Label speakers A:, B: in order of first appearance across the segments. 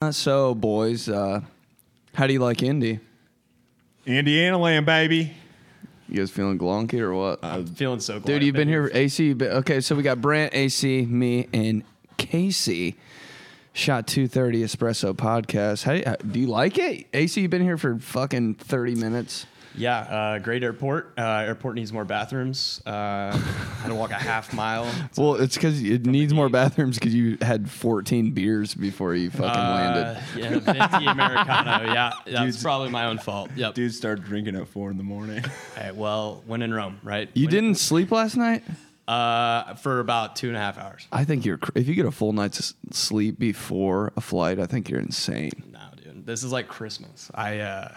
A: Uh, So, boys, uh, how do you like Indy?
B: Indiana land, baby.
A: You guys feeling glonky or what?
C: I'm feeling so glad.
A: Dude, you've
C: I've
A: been here. AC, you've been- okay. So we got Brant, AC, me, and Casey. Shot two thirty espresso podcast. How do, you, how- do you like it? AC, you've been here for fucking thirty minutes.
C: Yeah, uh, great airport. Uh, airport needs more bathrooms. Uh, had to walk a half mile.
A: Well, it's because it needs more bathrooms because you had fourteen beers before you fucking
C: Uh,
A: landed.
C: yeah, venti americano. Yeah, that's probably my own fault. Yep.
B: Dude started drinking at four in the morning.
C: Hey, well, when in Rome, right?
A: You
C: When-
A: didn't sleep last night.
C: uh, for about two and a half hours.
A: I think you're. cr- If you get a full night's s- sleep before a flight, I think you're insane.
C: No, dude, this is like Christmas. I, uh,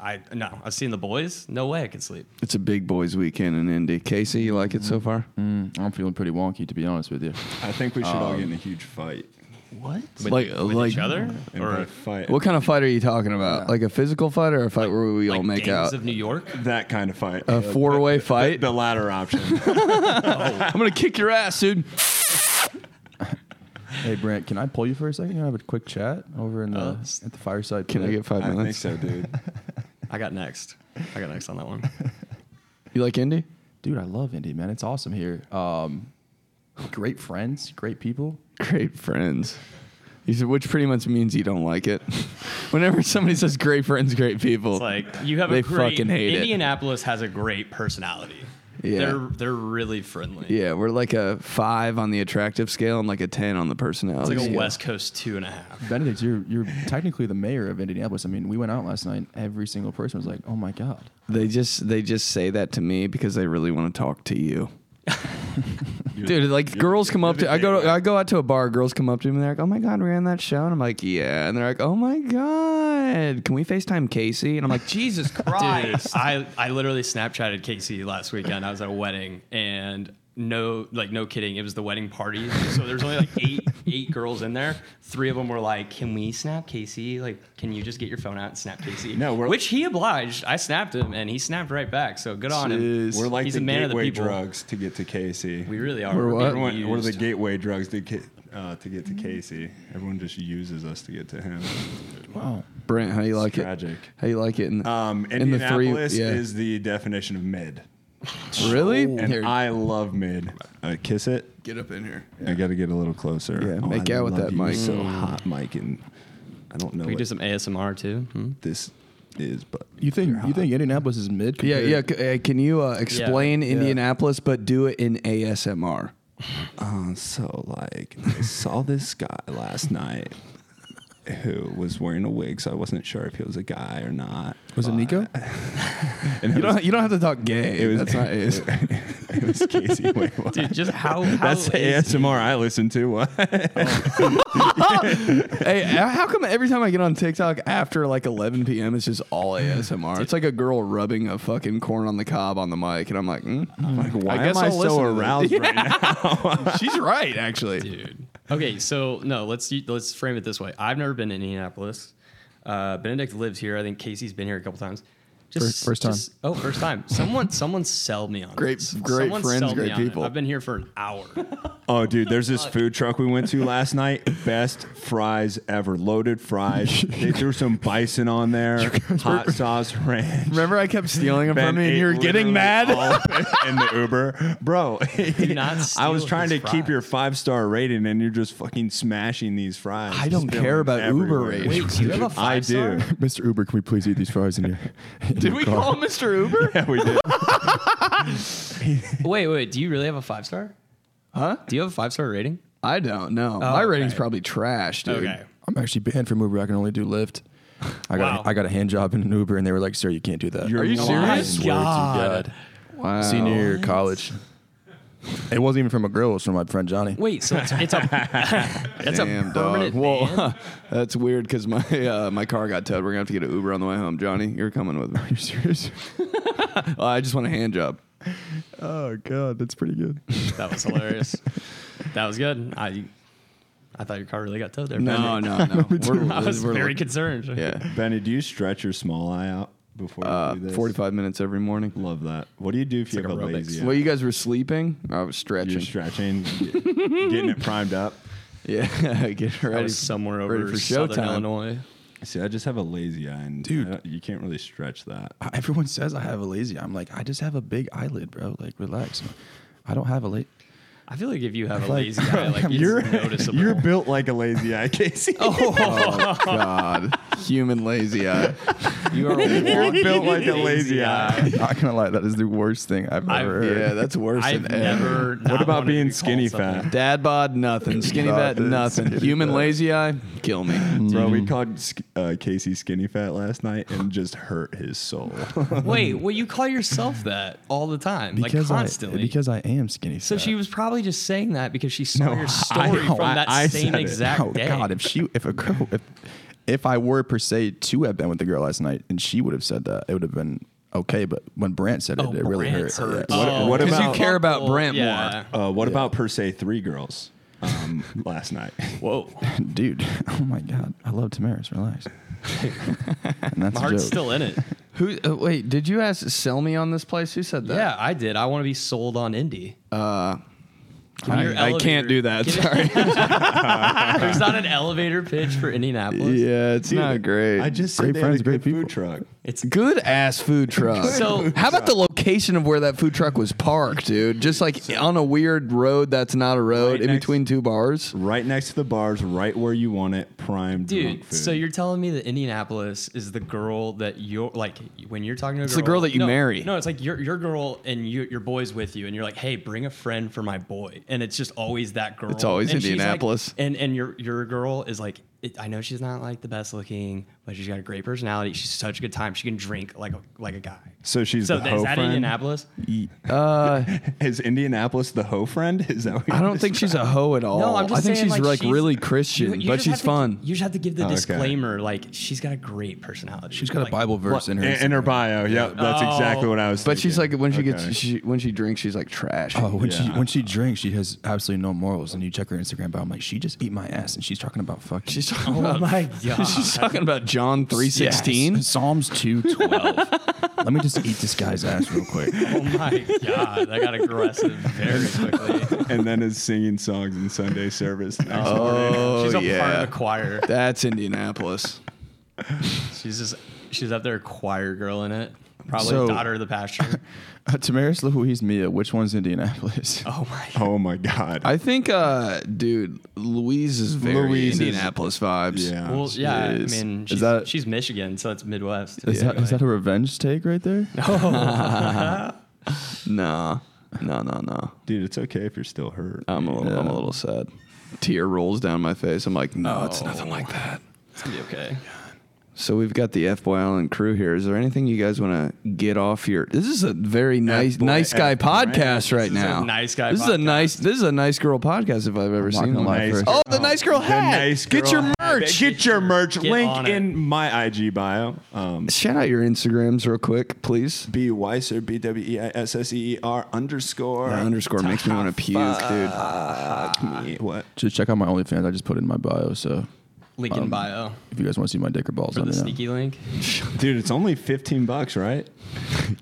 C: I no, I've seen the boys. No way I can sleep.
A: It's a big boys weekend in Indy. Casey, you like it
C: Mm-hmm.
A: so far?
D: I'm feeling pretty wonky, to be honest with you.
B: I think we should all get in a huge fight.
C: What?
A: like, like,
C: Each other
B: And by
C: or
B: fight.
A: What kind of fight are you talking about? Like a physical fight or a fight where we all
C: like
A: make
C: gangs
A: out?
C: of New York?
B: that kind of fight.
A: a four-way
B: The,
A: fight.
B: the latter option.
A: I'm gonna kick your ass, dude.
D: Hey, Brent, can I pull you for a second? Can I have a quick chat over in the
C: Uh,
D: at the fireside?
A: Can I
D: pit?
A: get five
B: I think
A: minutes?
B: so, dude.
C: I got next. I got next on that one.
A: You like Indy?
D: Dude, I love Indy, man. It's awesome here. Um, great friends, great people.
A: Great friends. You said, which pretty much means you don't like it. Whenever somebody says great friends, great people,
C: It's like you have
A: They
C: a great,
A: fucking hate it.
C: Indianapolis has a great personality.
A: Yeah.
C: They're they're really friendly.
A: yeah, we're like a five on the attractive scale and like a ten on the
C: It's
A: personality.
C: like a
A: scale.
C: West Coast two and a half.
D: Benedict, you're you're technically the mayor of Indianapolis. I mean, we went out last night. Every single person was like, "Oh my god."
A: They just they just say that to me because they really want to talk to you. Dude, like girls come up to I go to, I go out to a bar, girls come up to me and they're like, "Oh my god, we ran that show." And I'm like, "Yeah." And they're like, "Oh my god, can we FaceTime Casey?" And I'm like, "Jesus
C: Dude,
A: Christ."
C: I, I literally Snapchatted Casey last weekend. I was at a wedding and no like no kidding, it was the wedding party. So there's only like eight eight girls in there. Three of them were like, "Can we snap Casey? Like, can you just get your phone out and snap Casey?"
B: No, we're-
C: which he obliged. I snapped him and he snapped right back. So good on him.
B: We're like
C: He's
B: the
C: a man of the
B: gateway
C: people.
B: drugs to get to Casey.
C: We really are.
A: We're what?
C: being
B: Everyone, we're the
C: used.
B: gateway drugs to get, uh, to get to Casey. Everyone just uses us to get to him.
D: Wow.
A: Brent, how you like
B: Tragic.
A: it? How you like it? In,
B: Um,
A: in the three,
B: Indianapolis
A: yeah.
B: is the definition of mid.
A: really?
B: And
A: Here,
B: I love mid. I kiss it.
A: get up in here.
B: I got to get a little closer.
A: Yeah,
B: Oh,
A: make
B: I
A: out with
B: love
A: that
B: you
A: mic.
B: So hot, Mike, and I don't know
C: We
B: what
C: do some ASMR too. Hmm?
B: this is, but
D: You think you think Indianapolis is mid?
A: Yeah,
D: compared-
A: yeah. c- uh, Can you uh, explain Indianapolis, but do it in ASMR?
B: Uh, so like, I saw this guy last night who was wearing a wig, so I wasn't sure if he was a guy or not.
D: Was it Nico?
B: And
A: You
B: it was,
A: don't. You don't have to talk gay.
B: It was-
A: That's not ASMR.
B: it was Casey. Wait, what?
C: Dude, just how, how
B: That's the
C: is-
B: ASMR I listen to. What?
A: Hey, uh, how come every time I get on TikTok after like 11 p.m., it's just all ASMR? It's like a girl rubbing a fucking corn on the cob on the mic, and I'm like, mm,
B: Like, why
A: guess
B: am I
A: I'll listen
B: so
A: to this.
B: aroused right now?
A: she's right, actually.
C: dude. Okay, so no, let's let's frame it this way. I've never been to Indianapolis. Uh, Benedict lives here. I think Casey's been here a couple times. Just
D: First- first time.
C: just- oh, first time. Someone, someone sell me on
A: Great-
C: this.
A: great
C: Someone
A: friends,
C: sell me
A: great
C: on it.
A: people.
C: I've been here for an hour.
B: Oh, dude, there's this food truck we went to last night. Best fries ever. Loaded fries. They threw some bison on there. Hot sauce ranch.
A: Remember, I kept stealing them
B: Ben
A: from me, and
B: ate
A: you were getting
B: literally
A: mad.
B: all of it in the Uber, bro.
C: Do not.
B: I was
C: steal
B: trying to
C: his
B: keep your
C: fries.
B: five star rating, and you're just fucking smashing these fries.
A: I don't
B: Spilling
A: care about Uber
B: everywhere.
A: ratings.
C: Wait, do you have a
B: I
C: five
B: do.
C: star?
D: Mr. Uber, can we please eat these fries in your?
A: Did we call Mr. Uber?
B: Yeah, we did.
C: Wait, wait. Do you really have a five star?
A: Huh?
C: Do you have a five star rating?
A: I don't know. My rating's probably trash, dude.
C: Okay.
D: I'm actually banned from Uber. I can only do Lyft. I got
C: Wow.
D: I got a hand job in an Uber, and they were like, "Sir, you can't do that."
B: You're Are you
D: I
B: serious?
D: swear to
C: God.
D: God.
A: Wow.
D: Senior year of college. It wasn't even from a girl. It was from my friend Johnny.
C: Wait, so it's, it's a it's
A: Damn, dog.
C: a permanent ban?
A: Well, that's weird because my uh, my car got towed. We're gonna have to get an Uber on the way home. Johnny, you're coming with me. Are you serious? I just want a hand job.
D: Oh God, that's pretty good.
C: That was hilarious. that was good. I I thought your car really got towed there.
A: No, no, no. We're,
C: I was
A: we're-
C: very concerned.
A: yeah.
B: Benny, do you stretch your small eye out before you
A: Uh,
B: do this?
A: 45 minutes every morning.
B: Love that. What do you do if you
C: like
B: have a
C: aerobics.
B: lazy?
A: Well,
B: eye?
A: you guys were sleeping. I was stretching.
B: You're stretching, get- getting it primed up.
A: Yeah, get ready.
C: I was somewhere
A: ready
C: over
A: for
C: Southern
A: showtime.
C: Illinois.
B: See, I just have a lazy eye, and
D: Dude.
B: I don't- you can't really stretch that.
D: Everyone says I have a lazy. eye. I'm like, I just have a big eyelid, bro. Like, relax. I don't have a late.
C: I feel like if you have a
D: Like,
C: lazy eye, like it's
B: You're
C: noticeable.
B: you're built like a lazy eye, Casey.
A: Oh God, human lazy eye. You are.
B: You're
A: one-
B: built like a lazy
C: Lazy
B: eye.
C: eye.
D: I'm not gonna lie, that is the worst thing I've ever
C: I've-
D: heard.
A: yeah, that's worse
C: I've
A: than ever.
C: never. not
B: What about
C: wanted to
B: being
C: be called
B: skinny
C: something.
B: fat?
A: Dad bod, nothing. Skinny fat,
D: Nothing.
A: nothing.
D: Skinny
A: Human
D: fat.
A: lazy eye, kill me.
B: Bro, we called Sk- uh, Casey skinny fat last night and just hurt his soul.
C: Wait, well, you call yourself that all the time,
D: because
C: like constantly.
D: I because I am skinny.
C: so
D: fat.
C: she was probably just saying that because she saw your story
B: I-
C: from that
B: I
C: same
B: said it.
C: exact
D: Oh
C: day.
D: God! If she, if a girl, if, if I were per se to have been with a girl last night and she would have said that, it would have been okay. But when Brant said it,
C: Oh,
D: it really
C: Brant
D: hurt.
C: hurts.
D: Yeah.
B: What-
C: Oh,
B: what
A: 'Cause
B: about-
A: you care about Brent
C: Yeah.
A: more.
B: Uh, what about per se three girls um, last night?
C: Whoa,
D: dude? Oh my God! I love Tamaris. Relax. and that's
C: my
D: a
C: heart's
D: joke.
C: still in it.
A: Who? Uh, wait, did you ask sell me on this place? Who said that?
C: Yeah, I did. I want to be sold on indie. Give me your
A: I, I can't
C: elevator.
A: do that.
C: Give me-
A: Sorry.
C: There's not an elevator pitch for Indianapolis.
A: yeah, it's not great.
B: I just said
D: Great
B: they had
D: friends,
B: a
D: great
B: good
D: people.
B: food truck.
C: It's
A: Good ass food truck.
C: So-
A: how about the location of where that food truck was parked, dude? Just like on a weird road that's not a road
B: Right
A: in
B: next-
A: between two bars.
B: Right next to the bars, right where you want it, prime drunk
C: Dude,
B: food.
C: so you're telling me that Indianapolis is the girl that you're like when you're talking to a
A: the girl that you
C: no,
A: marry.
C: No, it's like your your girl and you, your boy's with you, and you're like, hey, bring a friend for my boy, and it's just always that girl.
A: It's always
C: And she's like-
A: Indianapolis.
C: and and your your girl is like, it, I know she's not like the best looking, but she's got a great personality. She's such a good time. She can drink like a, like a guy.
B: So she's
C: So
B: the
C: that-
B: hoe
C: is that
B: friend?
C: Indianapolis?
A: Uh,
B: Is Indianapolis the hoe friend? Is that what
A: I don't think she's a hoe at all.
C: No, I'm just
A: Oh, I think
C: saying,
A: she's
C: like,
A: like
C: she's-
A: really
C: you-
A: Christian,
C: you
A: but
C: just
A: she's
C: have to-
A: fun. Oh,
C: you just have to give the
B: okay.
C: disclaimer, like she's got a great personality.
D: She's got
C: Like,
D: a Bible verse in her.
B: in, in her bio? Yep, that's
C: Oh.
B: exactly what I was.
A: but she's like
B: thinking.
A: when she
B: Okay.
A: gets she, when she drinks, she's like trash.
D: Oh, when she
B: Yeah.
D: when she drinks, she has absolutely no morals. And you check her Instagram bio, I'm like, she just eat my ass, and she's talking about fucking.
A: She's talking
C: Oh
A: about
C: my god.
A: she's talking about John three sixteen.
D: Yes. Psalms two twelve. Let me just eat this guy's ass real quick.
C: Oh my god, that got aggressive very quickly.
B: and then is singing songs in Sunday service. the Next morning.
A: Oh
C: she's a part
A: yeah,
C: of the choir.
A: that's Indianapolis.
C: She's just she's up there choir girl in it. Probably
D: So-
C: daughter of the pastor.
D: Uh, Tamaris Louise Mia, which one's Indianapolis?
C: Oh my god.
B: Oh my god.
A: I think, uh, dude, Louise is very
B: Louise is-
A: Indianapolis vibes.
B: yeah.
C: Well, yeah,
D: Jeez.
C: I mean
D: Is
C: she's,
D: that-
C: she's Michigan, so it's Midwest.
D: Is that is that a revenge take right there?
A: no, no, no, no.
B: Dude, it's okay if you're still hurt.
A: I'm a little, I'm a
D: Yeah.
A: little sad. Tear rolls down my face. I'm like, no, it's nothing like that.
C: It's gonna be okay.
A: So we've got the F Boy Island crew here. Is there anything you guys want to get off your? This is a very nice,
B: Boy
A: nice guy
B: F Boy.
A: podcast right
C: is a
A: now.
C: nice guy
A: This is a
C: podcast.
A: nice. This is a nice girl podcast if I've ever
D: not
A: seen
D: gonna
A: one.
D: lie.
B: Nice
D: first.
A: Oh, the nice girl
B: The
A: hat.
B: nice
A: Get your
B: girl hat.
A: merch.
B: Get your merch.
C: Get
B: Link
C: on it.
B: in my IG bio. Um,
A: Shout out your Instagrams real quick, please.
B: B Weiser, B W E I S S E E R underscore.
A: That underscore makes me want to puke, dude.
B: Me. What?
D: Just check out my OnlyFans. I just put it in my bio. So
C: Link in bio
D: if you guys want to see my dick or balls,
C: for
D: let
C: the
D: me know.
C: sneaky link.
B: Dude, it's only 15 bucks, right?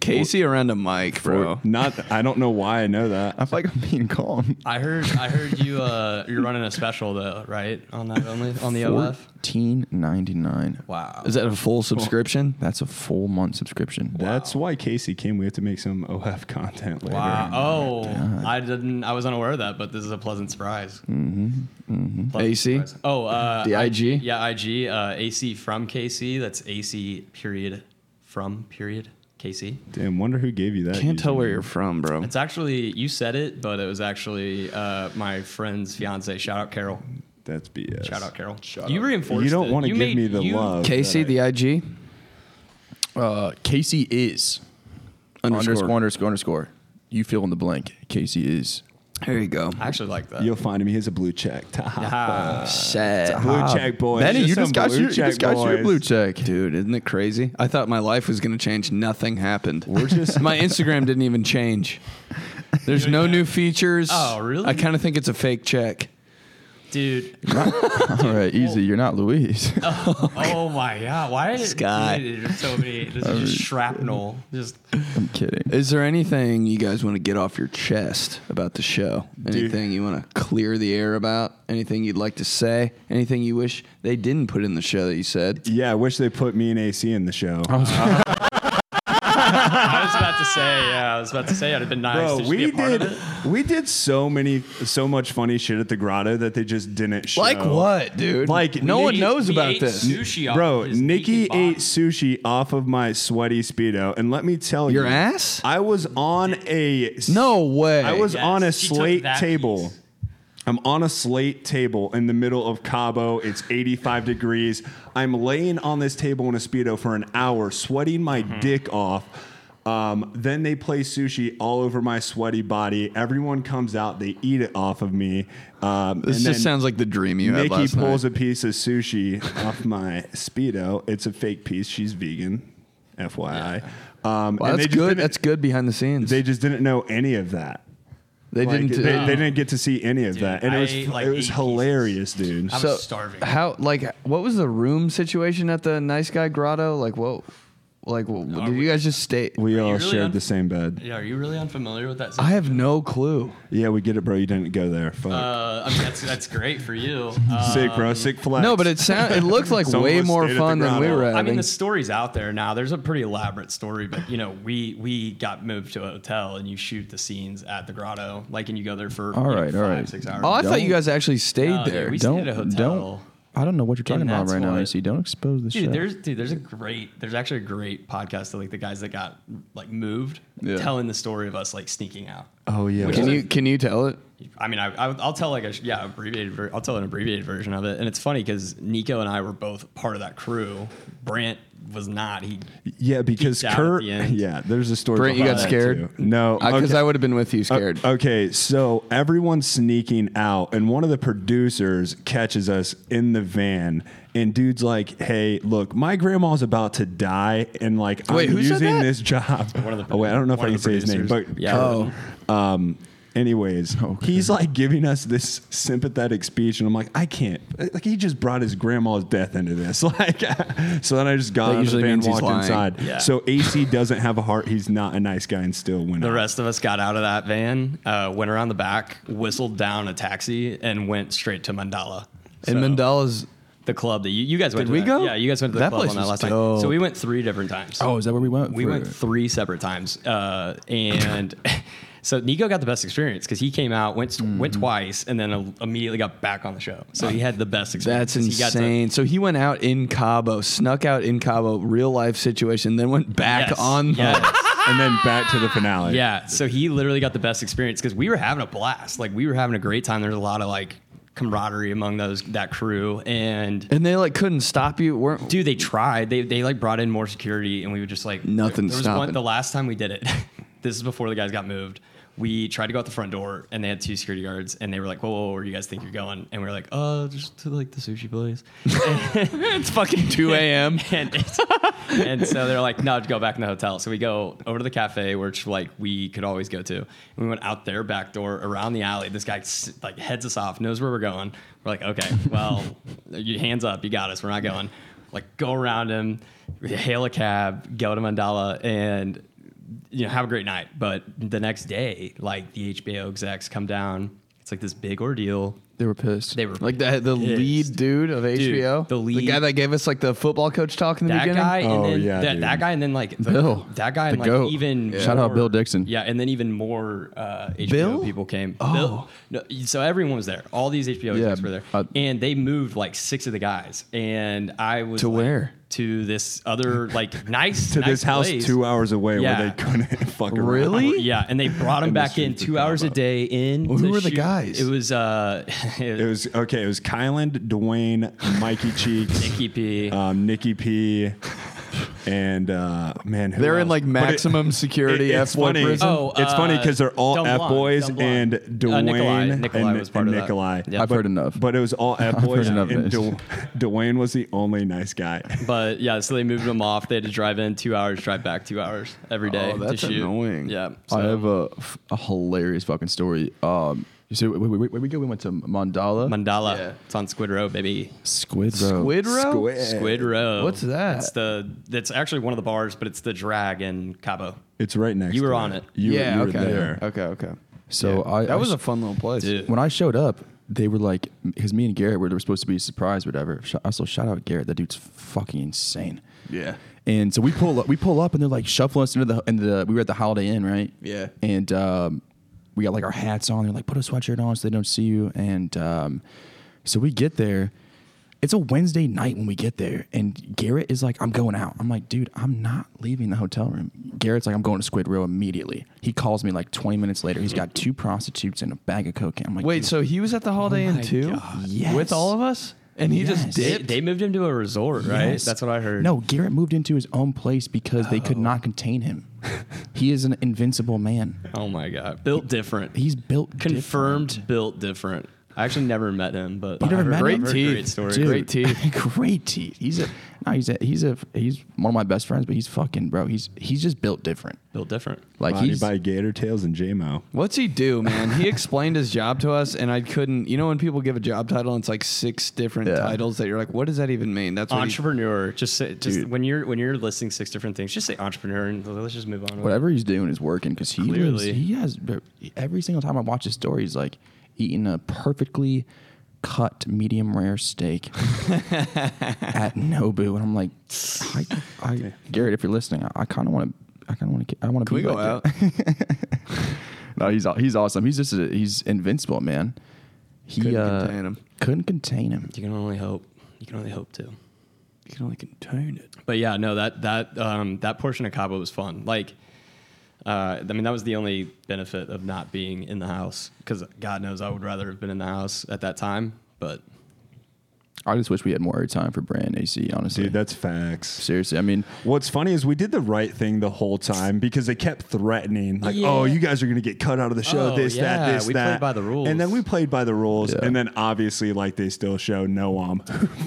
A: Casey around a mic, bro.
B: Not, I don't know why I know that.
D: I feel like I'm being calm.
C: I heard I heard you uh you're running a special though, right? On that only on the OF?
D: Fourteen ninety nine.
C: Wow.
A: Is that a full subscription?
D: That's a full month subscription.
B: That's why Casey came. We have to make some OF content later.
C: Wow. Oh, I didn't. I was unaware of that, but this is a pleasant surprise.
B: Mm-hmm.
C: Pleasant
A: AC?
C: surprise. Oh, uh,
A: The
C: I-
A: IG?
C: yeah, IG. Uh, AC from KC. That's AC period from period KC.
B: Damn, wonder who gave you that.
A: Can't tell
B: username.
A: where you're from, bro.
C: It's actually you said it, but it was actually uh, my friend's fiance. Shout out Carol.
B: That's BS.
C: Shout out Carol. you reinforced.
B: You don't
C: it.
B: want to give
C: made-
B: me the
C: you-
B: love.
A: Casey, the IG
D: Uh, Casey is underscore underscore underscore. You fill in the blank. Casey is.
A: There you go.
C: I actually like that.
B: You'll find him. He has a blue check.
C: Ah,
A: Sad.
B: Blue check boy.
D: Benny,
B: It's
D: you
B: some
D: just got
B: blue
D: your, you
B: check
D: just got your
B: boys.
D: blue check.
A: Dude, isn't it crazy? I thought my life was gonna change. Nothing happened.
B: We're just
A: My Instagram didn't even change. There's no new features.
C: Oh, really?
A: I kind of think it's a fake check.
C: dude.
D: All right, easy. You're not Louise.
C: Oh my god, why did
A: Scott.
C: There's so many. This is just shrapnel. Just
D: I'm kidding.
A: Is there anything you guys want to get off your chest about the show? Anything you want to clear the air about? Anything you'd like to say? Anything you wish they didn't put in the show that you said?
B: Yeah, I wish they put me and AC in the show.
C: I was about to say, yeah, I was about to say, it'd have been nice
B: Bro,
C: to just be
B: we
C: a part of
B: did
C: it.
B: we did so many so much funny shit at the grotto that they just didn't show.
A: Like what, dude?
B: Like,
A: no
B: we
A: one
B: ate-
A: knows
C: we
A: about
C: ate
A: this.
C: Sushi off
B: Bro,
C: of his
B: Nikki
C: naked body.
B: ate sushi off of my sweaty speedo, and let me tell
A: Your
B: you,
A: ass?
B: I was on a
A: No way.
B: I was
C: Yes,
B: on a
C: she took
B: slate
C: that
B: table.
C: piece.
B: I'm on a slate table in the middle of Cabo. It's 85 degrees. I'm laying on this table in a Speedo for an hour, sweating my
C: Mm-hmm.
B: dick off. Um, then they play sushi all over my sweaty body. Everyone comes out, they eat it off of me. Um,
A: this
B: and
A: just
B: then
A: sounds like the dream you had
B: Nikki
A: last
B: pulls
A: night.
B: a piece of sushi off my Speedo. It's a fake piece. She's vegan, FYI. Um,
A: Wow,
B: and
A: that's
B: they just
A: good.
B: didn't-
A: That's good behind the scenes.
B: They just didn't know any of that.
A: They
B: Like,
A: didn't.
B: they, they didn't get to see any of
C: Dude,
B: that, and it
C: I ate,
B: was
C: like,
B: it
C: eight
B: was
C: pieces.
B: hilarious, dude.
C: I'm
A: so
C: starving.
A: how? Like, what was the room situation at the Nice Guy Grotto? Like, what? Like, what, did
C: we-
A: you guys just stay?
B: we all
C: really
B: shared
C: un-
B: the same bed.
C: yeah, are you really unfamiliar with that?
A: I have no clue.
B: Yeah, we get it, bro. You didn't go there. Fuck.
C: uh, I mean, that's that's great for you. Uh,
B: sick, bro. Sick flex.
A: No, but it sound, it looked like
B: Someone
A: way
B: was
A: more
B: stayed at the
A: fun than we
B: grotto.
A: were
B: I
A: having.
C: I mean, the story's out there now. There's a pretty elaborate story, but you know, we we got moved to a hotel, and you shoot the scenes at the grotto, like, and you go there for
D: All
C: you know,
D: right, all
C: five,
D: right.
C: six hours.
A: oh, I thought
D: Don't-
A: you guys actually stayed
C: No, dude,
A: there.
C: we stayed
D: Don't
C: at a hotel.
D: don't. I don't know what you're talking
C: And
D: about
C: that's
D: right now,
C: what-
D: AC. Don't expose the
C: Dude,
D: shit.
C: there's dude, there's a great, there's actually a great podcast of like the guys that got like moved,
D: Yeah.
C: telling the story of us like sneaking out.
B: oh yeah.
A: Can you can you tell it?
C: I mean, I, I I'll tell like a sh- yeah abbreviated. Ver- I'll tell an abbreviated version of it, and it's funny because Nico and I were both part of that crew. Brant was not. He
B: yeah, because
C: Geeked out at
B: Kurt.
C: the end.
B: Yeah, there's a story.
A: Brent, you got
B: behind that,
A: scared?
B: too. No,
A: Because
B: okay.
A: I would have been with you scared.
B: O- Uh, okay, so everyone's sneaking out, and one of the producers catches us in the van, and dude's like, "Hey, look, my grandma's about to die, and like
A: Wait,
B: I'm
A: who said
B: using
A: that?
B: this job." One
C: of the
B: oh wait, I don't know if I
C: one
B: can
C: of the
B: say his name,
C: producers.
B: but
C: Yeah.
B: Kurt, um, anyways, he's like giving us this sympathetic speech, and I'm like, I can't. Like he just brought his grandma's death into this, like. so then I just got
A: That
B: out of the
A: usually
B: van,
A: means he's
B: walked
A: lying.
B: inside.
C: Yeah.
B: So AC doesn't have a heart. He's not a nice guy, and still went.
C: The
B: out.
C: rest of us got out of that van, uh, went around the back, whistled down a taxi, and went straight to Mandala.
A: and
C: So,
A: Mandela's.
C: the club that you, you guys went
A: Did we
C: to that-
A: go?
C: Yeah, you guys went to the
A: That
C: club
A: place
C: on that
A: was
C: last
A: dope.
C: night. So we went three different times.
D: oh, is that where we went?
C: we
D: for-
C: went three separate times. Uh, and so Nico got the best experience because he came out, went
A: Mm-hmm.
C: went twice, and then uh, immediately got back on the show. So he had the best experience.
A: That's
C: 'cause he got to-
A: insane. so he went out in Cabo, snuck out in Cabo, real life situation, then went back
C: Yes,
A: on. the-
C: yes.
B: and then back to the finale.
C: Yeah, so he literally got the best experience because we were having a blast. Like we were having a great time. There's a lot of like camaraderie among those that crew, and
A: and they like couldn't stop you. weren't
C: dude, they tried. They they like brought in more security, and we would just like
A: Nothing
C: There was
A: stopping.
C: one the last time we did it. this is before the guys got moved. We tried to go out the front door, and they had two security guards, and they were like, "Whoa, whoa where do you guys think you're going?" And we were like, "Oh, just to like the sushi place."
A: It's fucking two a.m.
C: and, it's- and so they're like, no, go back in the hotel. So we go over to the cafe, which like we could always go to. And we went out their back door around the alley. This guy s- like heads us off, knows where we're going. We're like, okay, well, you hands up, you got us. We're not going. Like go around him, hail a cab, go to Mandala, and you know have a great night. But the next day, like the HBO execs come down. It's like this big ordeal.
D: They were pissed.
C: They were
A: Like the uh, the lead
C: Pissed.
A: dude of HBO,
C: the
A: the
C: lead-
A: guy that gave us like the football coach talk in the
C: that
A: beginning.
C: guy
B: Oh,
C: and then
B: yeah,
C: that,
B: dude.
C: that guy and then like the,
D: Bill,
C: that guy and
D: the
C: like
D: goat.
C: even
D: Yeah. Shout out
C: more-
D: Bill Dixon.
C: yeah and then even more uh HBO
A: Bill?
C: people came
A: Oh.
C: Bill- no, so everyone was there all these HBO
D: Yeah,
C: execs were there
D: uh,
C: and they moved like six of the guys and I was
A: To
C: like,
A: where?
C: to this other like nice
B: To
C: nice
B: this house
C: place.
B: two hours away
C: Yeah.
B: where they couldn't fuck around.
A: Really?
C: yeah and they brought him back in two hours a day in
A: who
C: to
A: were the
C: shoot.
A: guys?
C: it was uh
B: It was okay. It was Kylan, Dwayne, Mikey Cheeks,
C: Nikki P
B: um, Nikki P, and uh, man, who
A: They're in
B: else?
A: like
B: But it-
A: maximum security
B: it-
A: F
B: it's
A: boy
B: funny.
A: prison.
C: Oh,
B: it's funny
C: uh,
B: because they're all
C: Dumb
B: F
C: Blonde,
B: boys
C: Dumb Blonde.
B: and Dwayne
C: Uh, Nikolai. Nikolai
B: and,
C: was part of
B: and
C: that.
B: Nikolai.
C: Yeah.
D: I've heard enough.
B: But it was all F boys,
D: heard enough
B: and
D: of
B: Dw- Dwayne was the only nice guy.
C: But yeah, so they moved them off. They had to drive in two hours, drive back two hours every day.
A: Oh, that's
C: to shoot.
A: annoying.
C: Yeah.
D: I
C: so-
D: have a, a hilarious fucking story. Um, You see, where, where, where we go? We went to Mandala.
C: Mandala.
A: Yeah.
C: It's on Squid Row, baby.
D: Squid Row.
A: Squid Row?
C: Squid Row.
A: What's that?
C: It's the that's actually one of the bars, but it's the drag in Cabo.
B: It's right next.
C: You
B: to
C: were on it.
B: You, were-
A: yeah,
B: you
A: okay.
B: were there.
A: Okay, okay.
D: So
A: Yeah.
D: I
A: that
D: I
A: was
D: s-
A: a fun little place.
C: Dude.
D: when I showed up, they were like, because me and Garrett were, were supposed to be surprised, whatever. Sh- Also, shout out Garrett. That dude's fucking insane.
A: Yeah.
D: And so we pull up, we pull up, and they're like shuffling us into the into the. We were at the Holiday Inn, right?
A: Yeah.
D: And um, we got like our hats on. They're like, put a sweatshirt on so they don't see you. And um, so we get there. It's a Wednesday night when we get there, and Garrett is like, "I'm going out." I'm like, "Dude, I'm not leaving the hotel room." Garrett's like, "I'm going to Squid Row immediately." He calls me like 20 minutes later. He's got two prostitutes and a bag of cocaine. I'm like,
A: Wait,
D: "Dude,
A: so he was at the
C: Oh
A: Holiday Inn too?
D: Yes.
A: With all of us? And he
D: Yes.
A: just
C: They,
A: dipped?
C: they moved him to a resort, right?
D: Yes.
C: That's what I heard. Oh.
D: No, Garrett moved into his own place because they could not contain him. he is an invincible man.
C: Oh my god. Built different.
D: He's built
C: confirmed built different. I actually never met him, but
D: You never
C: I've
D: met
C: heard
D: him?
C: great
A: Great
C: Great
A: teeth.
C: story.
D: Dude.
A: Great teeth.
D: Great teeth. He's a no. He's a he's a he's one of my best friends, but he's fucking bro. He's he's just built different.
C: Built different.
D: Like
B: Body
D: he's
B: by Gator Tails and JMO.
A: What's he do, man? He explained his job to us, and I couldn't. You know, when people give a job title, and it's like six different
D: Yeah.
A: titles that you're like, what does that even mean? That's what he-
C: entrepreneur. Just say, just
D: Dude.
C: when you're when you're listing six different things, just say entrepreneur and let's just move on.
D: whatever he's doing is working because he lives,
C: Clearly.
D: he has every single time I watch his story, he's like eating a perfectly cut medium rare steak at Nobu, and I'm like, I, I, Garrett, if you're listening, I, I kind of want to, I kind of want to, I want to.
A: Can we go out?
D: no, he's aw- he's awesome. He's just a, he's invincible, man. He
A: Couldn't
D: uh,
A: contain him.
D: Couldn't contain him.
C: you can only hope. You can only hope to.
A: you can only contain it.
C: But yeah, no, that that um, that portion of Cabo was fun. Like, uh, I mean, that was the only benefit of not being in the house because God knows I would rather have been in the house at that time. But
D: I just wish we had more time for Brand AC. Honestly,
B: Dude, that's facts.
D: seriously. I mean,
B: What's funny is we did the right thing the whole time because they kept threatening, like, "Oh, you guys are gonna get cut out of the show.
C: Oh,
B: this,
C: yeah,
B: that, this,
C: we played
B: that."
C: by the rules.
B: and then we played by the rules,
D: Yeah.
B: and then obviously, like, they still show Noam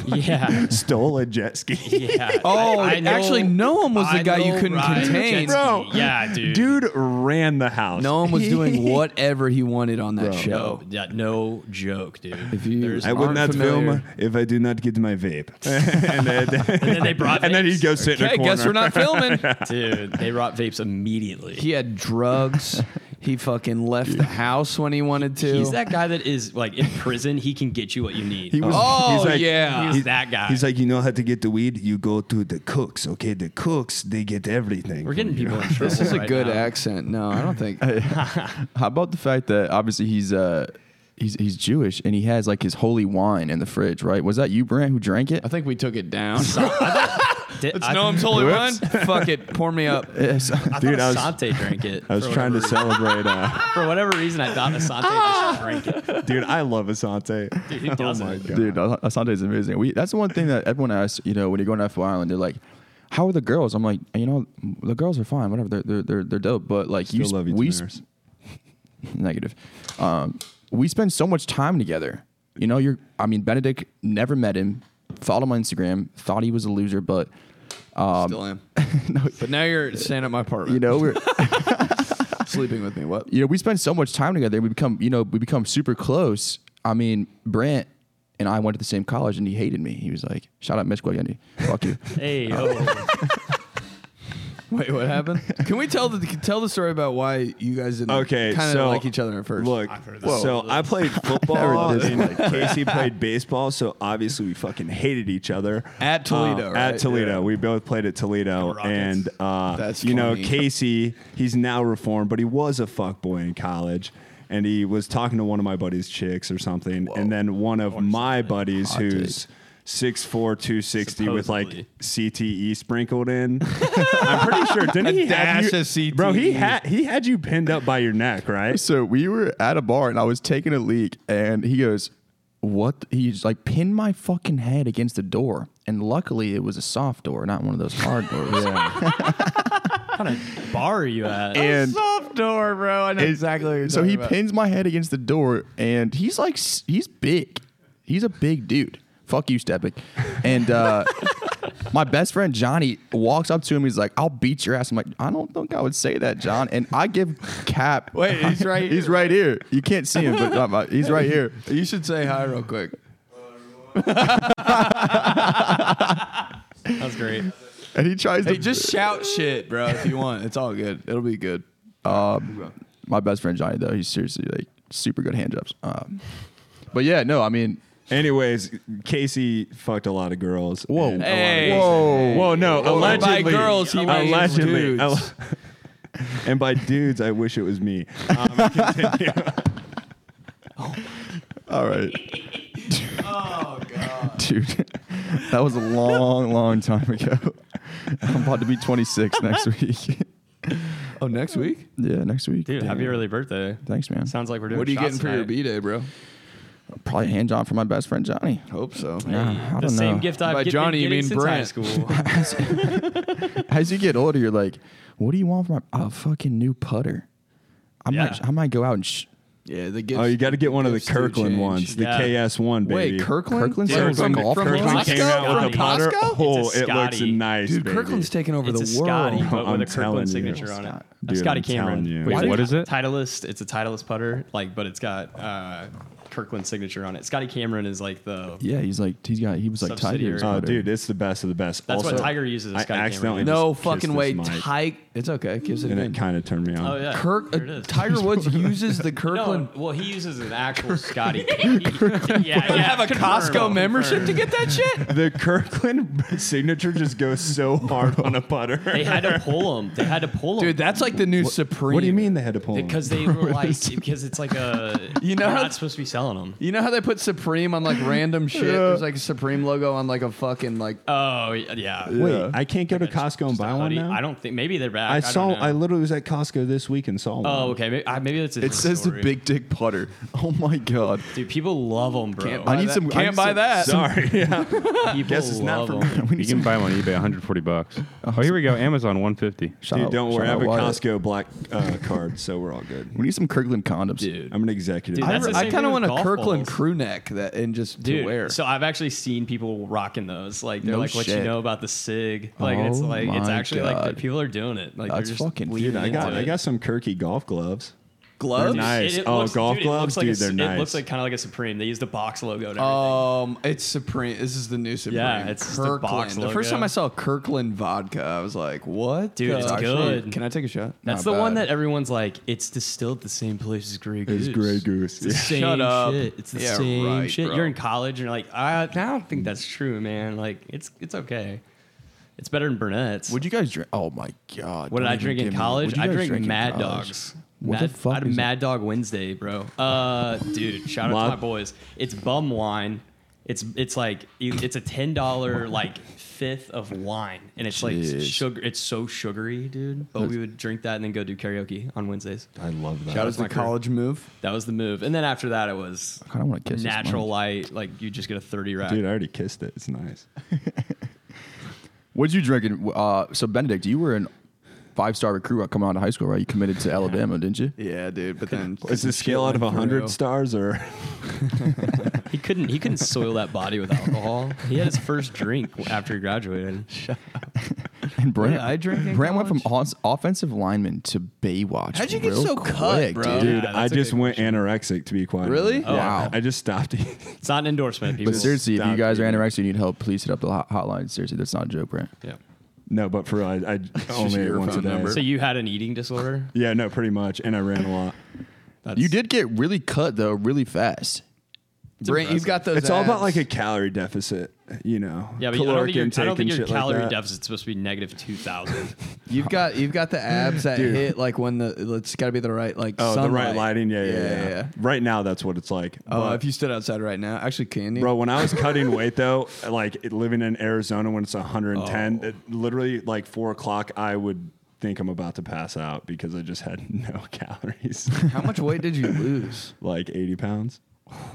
C: yeah,
B: stole a jet ski.
C: yeah.
A: Oh, actually, Noam was the guy you couldn't contain.
C: bro.
B: Bro.
C: Yeah, dude.
B: Dude ran the house.
A: Noam was doing whatever he wanted on that show.
C: No, yeah, no joke, dude.
A: If you-
C: There's-
B: I will
A: aren't
B: not
A: familiar.
B: film if I do not get my vape. and, then,
C: and then they brought
B: and then
C: vapes.
B: he'd go sit in a
A: Okay,
B: corner.
A: guess we're not filming.
C: dude. They brought vapes immediately.
A: he had drugs. He fucking left the house when he wanted to.
C: He's that guy that is like in prison. He can get you what you need.
B: He was,
A: Oh,
B: he's like,
A: yeah.
C: He was that guy.
B: He's like, you know how to get the weed? You go to the cooks, okay? The cooks, they get everything.
C: We're getting people in trouble.
A: this is a
C: right
A: good
C: now.
A: accent. No, I don't think.
D: How about the fact that obviously he's uh he's he's Jewish and he has like his holy wine in the fridge, right? Was that you, Brant, who drank it?
A: I think we took it down.
C: Did-
A: It's
C: I-
A: Noam's holy wine. Fuck it, pour me up.
D: Yes.
C: I thought
B: Dude, I was-
C: Asante drank it.
B: I was
C: for
B: trying to
C: whatever-
B: celebrate. Uh,
C: for whatever reason, I thought Asante just drank it.
B: dude, I love Asante.
C: Dude, he
B: oh
C: doesn't.
B: my god.
D: Dude, As- Asante's amazing. We that's the one thing that everyone asks. You know, when you're going to FY Island, they're like, "How are the girls?" I'm like, you know, the girls are fine. Whatever, they're they're they're, they're dope. But like, you
B: Still
D: sp-
B: love you,
D: we
B: Tamaris.
D: sp- negative. Um, we spend so much time together. You know, you're. I mean, Benedict never met him. Followed him on Instagram. Thought he was a loser, but
A: Still am. But now you're staying at my apartment.
D: you know, we're.
A: sleeping with me. What?
D: you know, we spend so much time together. We become, you know, we become super close. I mean, Brant and I went to the same college, and he hated me. He was like, "Shout out Mitch Guayendi. fuck you."
C: Hey, oh.
A: Wait, what happened? Can we tell the tell the story about why you guys didn't
B: Okay,
A: kind of
B: so
A: like each other at first?
B: Look,
C: heard this.
B: so I played football
D: did
B: and Casey played baseball, so obviously we fucking hated each other Um,
A: At Toledo, right?
B: At Toledo, we both played at Toledo,
C: Rockets.
B: and uh,
A: That's
B: you know
A: funny.
B: Casey, he's now reformed, but he was a fuck boy in college. And he was talking to one of my buddies' chicks or something, and then one of my buddies
D: Hot
B: who's six four two sixty with like CTE sprinkled in. I'm pretty sure didn't he have
A: dash
B: you,
A: of
B: bro? He
A: CTE.
B: had he had you pinned up by your neck, right?
D: So we were at a bar, and I was taking a leak, and he goes, "What?" the-" He's like, "Pin my fucking head against the door." And luckily, it was a soft door, not one of those hard doors.
C: what kind of bar are you at?
D: And
A: soft door, bro. I know
D: And
A: exactly. What you're
D: so he
A: talking about.
D: pins my head against the door, and he's like, s- he's big. He's a big dude. Fuck you, Stepic. And uh, My best friend Johnny walks up to him. He's like, "I'll beat your ass." I'm like, "I don't think I would say that, John." And I give Cap.
A: Wait, he's right
D: he's
A: here.
D: right here. You can't see him, but uh, but he's right here.
A: You should say hi real quick.
C: That's great.
D: And he tries
A: Hey,
D: to
A: just shout shit, bro, if you want. It's all good. It'll be good.
D: Um, my best friend Johnny though. He's seriously like super good hand jobs. Um, but yeah, no, I mean,
B: Anyways, Casey fucked a lot of girls.
D: Whoa.
B: and-
A: Hey.
D: Whoa.
B: Whoa, no, allegedly.
A: by girls, he means
B: allegedly.
A: dudes.
B: al- and by dudes, I wish it was me. Um, continue.
D: all right. Oh god, dude, that was a long, long time ago. I'm about to be 26 next week.
A: Oh, next week?
D: yeah, next week.
C: Dude, happy
D: Damn.
C: early birthday.
D: Thanks, man.
C: Sounds like we're doing
A: What are you
C: shots
A: getting for your
C: tonight.
A: B day, bro?
D: Probably hand job for my best friend Johnny.
A: Hope so.
D: Yeah, Uh, I don't
C: The
D: know.
C: same gift I've
A: By
C: get-
A: Johnny,
C: been
A: you
C: getting
A: mean
C: since high
A: Brent.
C: school.
D: As you get older, you're like, what do you want from my, a fucking new putter? I might,
C: Yeah.
D: I might go out and. Sh-
A: Yeah, the gift.
B: oh, you got to get one of the Kirkland ones, the
C: Yeah.
B: KS1, baby.
A: Wait, Kirkland?
D: Kirkland's
A: Dude,
D: over
A: from,
D: in
A: from
D: Kirkland
A: Costco?
B: came out with a
A: From
B: putter.
A: Costco?
C: It's
B: Oh,
C: a
B: it looks
C: Scotty.
B: nice,
A: Dude,
B: baby.
A: Kirkland's taking over
C: It's a
A: the world.
C: Scotty, but
B: I'm
C: with a
B: telling you.
C: Kirkland signature on it. A
B: Dude,
C: Scotty
B: I'm
C: Cameron.
B: telling you.
C: It's
B: Why
C: a
E: did- What is it?
C: Titleist. It's a Titleist putter, like, but it's got uh, Kirkland signature on it. Scotty Cameron is like the.
D: yeah, he's like, he's got, he was like Tiger.
C: Subsidiary.
D: or
B: Oh,
D: whatever.
B: dude, it's the best of the best.
C: That's
B: also,
C: what Tiger uses. as
B: I
C: Scotty
B: accidentally
C: Cameron.
B: just
A: No
B: kissed
A: fucking
B: this
A: way.
B: mic,
A: Tiger. It's okay. Gives it
B: and
A: a
B: it
A: name.
B: kind of turned me on.
C: Oh yeah.
A: Kirk.
C: There it
A: Uh,
C: is.
A: Tiger Woods uses the Kirkland.
C: No, well, he uses an actual Scotty. He- yeah, yeah,
A: have a
C: confirmed,
A: Costco membership to get
C: confirmed.
A: that shit.
B: The Kirkland signature just goes so hard on a putter.
C: They had to pull him. They had to pull him.
A: Dude, that's like the new Supreme.
B: what do you mean they had to pull? them?
C: because they were like because it's like a
A: You know
C: you're
A: how-
C: not supposed to be selling them.
A: You know how they put Supreme on like random shit? There's like a Supreme logo on like a fucking like.
C: Oh yeah.
B: Wait,
D: Yeah.
B: I can't go to Costco and
C: Just a
B: buy one
C: hoodie.
B: now.
C: I don't think maybe they're back.
B: I,
C: don't
B: saw.
C: know.
B: I literally was at Costco this week and saw one.
C: oh okay. Maybe, I- maybe that's a
D: It says the big dick putter. Oh my god.
C: Dude, people love them, bro.
A: Can't
D: I
A: buy
D: need
A: that.
D: some- I
A: Can't
D: need
A: buy
D: some-
A: that.
B: sorry. Yeah.
C: people
B: guess it's not
C: love
B: for
C: 'em.
B: me.
D: We
E: You
D: need
E: can
D: some-
E: buy them on eBay, 140 bucks. Oh, here we go. Amazon, 150.
D: shout
B: Dude,
D: out-
B: don't worry. I
D: shout
B: have a
D: out Wyatt.
B: Costco black uh, card, so we're all good.
D: We need some Kirkland condoms.
C: Dude.
B: I'm an executive.
C: Dude,
A: I,
C: that's the
A: I
C: same
A: kind
C: thing
A: of
C: with
A: want a
C: golf
A: Kirkland
C: balls.
A: crew neck that and just to
C: Dude,
A: wear.
C: so I've actually seen people rocking those. Like they're
D: No
C: like, what you
D: shit.
C: know about the sig? Like it's
D: Oh
C: like it's
D: my
C: actually like
D: God.
C: the people are doing it. Like they're
D: That's
C: just
D: fucking-
C: leaning
B: Dude, I got.
C: into
B: I
C: it.
B: got some Kirky golf gloves.
A: gloves.
B: They're nice.
C: It, it
B: Oh,
C: looks,
B: golf
C: dude, it looks
B: gloves?
C: like a
B: Dude,
C: s-
B: they're
C: It looks
B: nice. Oh.
C: like kind of like a Supreme. They use the box logo and everything.
A: Um, it's Supreme. This is the new Supreme.
C: Yeah, it's just a
A: Kirkland.
C: box
A: The first
C: logo.
A: time I saw Kirkland vodka, I was like, "What,
C: Dude,
A: the-
C: it's
A: Actually,
C: good.
A: Can I take a shot?
C: That's the
D: Not
C: one
D: bad.
C: that everyone's like, it's distilled the same place as Grey Goose.
B: It's Grey
C: It's
B: Goose.
C: the
B: Yeah.
C: same
A: Shut up.
C: shit. It's the
A: Yeah,
C: same
A: right,
C: shit.
A: bro.
C: You're in college and you're like, I, I don't think that's true, man. Like, it's it's okay. It's better than Burnett's.
D: Would you guys drink? Oh my god.
C: what did
D: don't
C: I
D: even
C: drink in
D: give me-
C: college?
D: What'd you
C: I
D: guys
C: drank
D: drink in
C: Mad
D: college?
C: Dogs.
D: What
C: Mad,
D: the fuck?
C: I had a
D: is
C: Mad Dog Wednesday, bro. Uh, dude, shout out
B: Lot-
C: to my boys. It's bum wine. It's it's like it's a ten dollar like fifth of wine, and it's like
D: Jeez.
C: sugar. It's so sugary, dude. But we would drink that and then go do karaoke on Wednesdays.
B: I love that.
A: That was the college move.
C: That was the move. And then after that, it was
D: I kinda wanna kiss this
C: natural
D: mic.
C: light. Like you just get a 30 rack.
B: Dude, I already kissed it. It's nice.
D: What'd you drink? In, uh, so Benedict, you were an five-star recruit coming out of high school, right? You committed to Alabama, didn't you?
A: Yeah, dude. But then
B: Is the scale out of hundred stars or?
C: he couldn't he couldn't soil that body with alcohol. He had his first drink after he graduated.
D: And Brant,
A: Yeah, I drank in
D: Brant went from os- offensive lineman to Baywatch.
A: How'd you get
D: real
A: so cut,
D: quick,
A: bro?
D: Dude.
B: Dude,
C: that's
B: I
C: a
B: just
C: good
B: went anorexic to be quite.
A: Really?
B: honest. Yeah.
D: Wow.
B: I just stopped eating.
C: It's not an endorsement, people.
D: But seriously, if you
B: Stop,
D: guys are
B: dude.
D: anorexic, and you need help, please hit up the hot- hotline. Seriously, that's not a joke, Brant.
C: Yeah.
B: No, but for real, I, I only ate
A: your
B: once a
A: phone
B: day.
A: number.
C: So you had an eating disorder?
B: Yeah, no, pretty much, and I ran a lot.
C: That's,
D: You did get really cut though, really fast.
A: Brent, you've got those.
B: It's all about
A: abs.
B: like a calorie deficit, you know.
C: Yeah, but I don't
B: caloric
C: think your, I
B: intake
C: don't
B: and
C: think your
B: shit like
C: calorie
B: that.
C: deficit's supposed to be negative 2,000.
A: You've got you've got the abs that
B: Dude.
A: hit like when the it's got to be the right like
B: Oh, the right
A: sunlight.
B: lighting. Yeah yeah, yeah, Right now, that's what it's like.
A: Oh,
B: But-
A: if you stood outside right now, actually, can you?
B: Bro, when I was cutting weight though, like it- living in Arizona when it's 110, it, literally like four o'clock, I would think I'm about to pass out because I just had no calories,
A: how much weight did you lose?
B: like 80 pounds.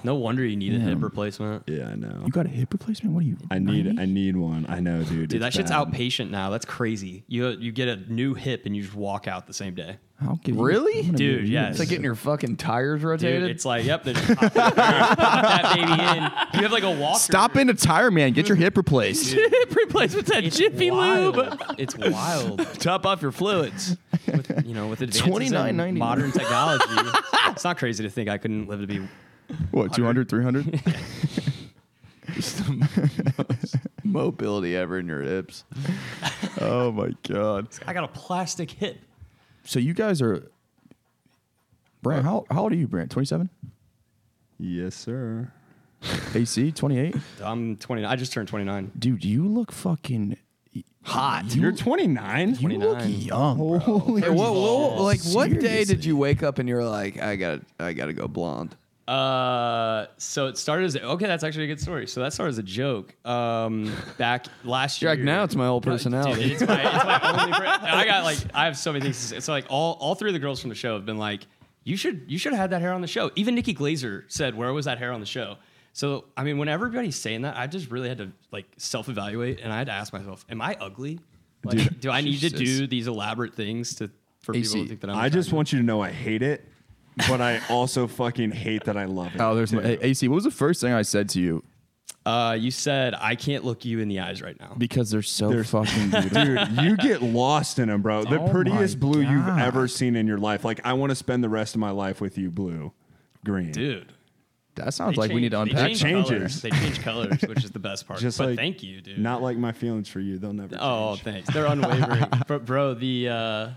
C: no wonder you need a hip replacement.
B: Mm. Yeah, I know.
D: You got a hip replacement? What are you?
B: I need,
D: 90?
B: I need one. I know, dude.
C: Dude, that
B: it's
C: shit's
B: bad.
C: outpatient now. That's crazy. You you get a new hip and you just walk out the same day.
D: I'll give you-
A: Really?
D: I'm gonna
C: Dude,
D: give you
C: yes.
A: It's
D: this.
A: like getting your fucking tires rotated.
C: Dude, it's like, yep, then just pop, pop that baby in. You have like a walker.
D: Stop being a tire man. Get your hip replaced.
F: Hip replacement that
C: It's
F: Jiffy
C: wild.
F: Lube.
C: It's wild.
F: Top off your fluids.
C: With, you know, with advances in
D: $29.99.
C: modern technology, it's not crazy to think I couldn't live to be
D: What, 200, 300?
A: mobility ever in your hips.
D: oh my God.
C: I got a plastic hip.
D: So you guys are. Brent, how, how old are you, Brent? 27?
B: Yes, sir.
D: AC? 28?
C: I'm 29. I just turned 29.
D: Dude, you look fucking. Hot. You,
B: You're 29.
D: you look
C: 29.
D: young. bro. Oh,
A: Hey, what, what, like what day did
D: Seriously.
A: you wake up and you're like, I got to I got to go blonde?
C: Uh, so it started as okay. That's actually a good story. So that started as a joke. Um, back last year.
A: Jack, now it's my whole
C: No, dude,
A: personality.
C: it's my, it's my only. Pre- I got like I have so many things. to say. So like all all three of the girls from the show have been like, you should you should have had that hair on the show. Even Nikki Glazer said, where was that hair on the show? So I mean, when everybody's saying that, I just really had to like self evaluate, and I had to ask myself, am I ugly? Like, do I need to do these elaborate things to for people
D: AC,
C: to think that I'm?
B: I just
C: attractive?
B: want you to know I hate it, but I also fucking hate that I love it.
D: Oh, there's my, hey, AC. What was the first thing I said to you?
C: Uh, you said I can't look you in the eyes right now.
D: Because they're so
B: They're-
D: fucking beautiful.
B: Dude, you get lost in them, bro. The
D: Oh my
B: prettiest blue you've
D: God.
B: ever seen in your life. Like, I want to spend the rest of my life with you, blue, green.
C: dude.
D: that sounds
C: They
D: like we need
C: change-
D: to
C: they change
D: unpack. something.
B: Changes.
C: Colors. They change colors, which is the best part.
B: Just
C: but
B: like-
C: thank you, dude.
B: Not like my feelings for you. They'll never.
C: oh,
B: change.
C: thanks. They're unwavering, but bro, the uh,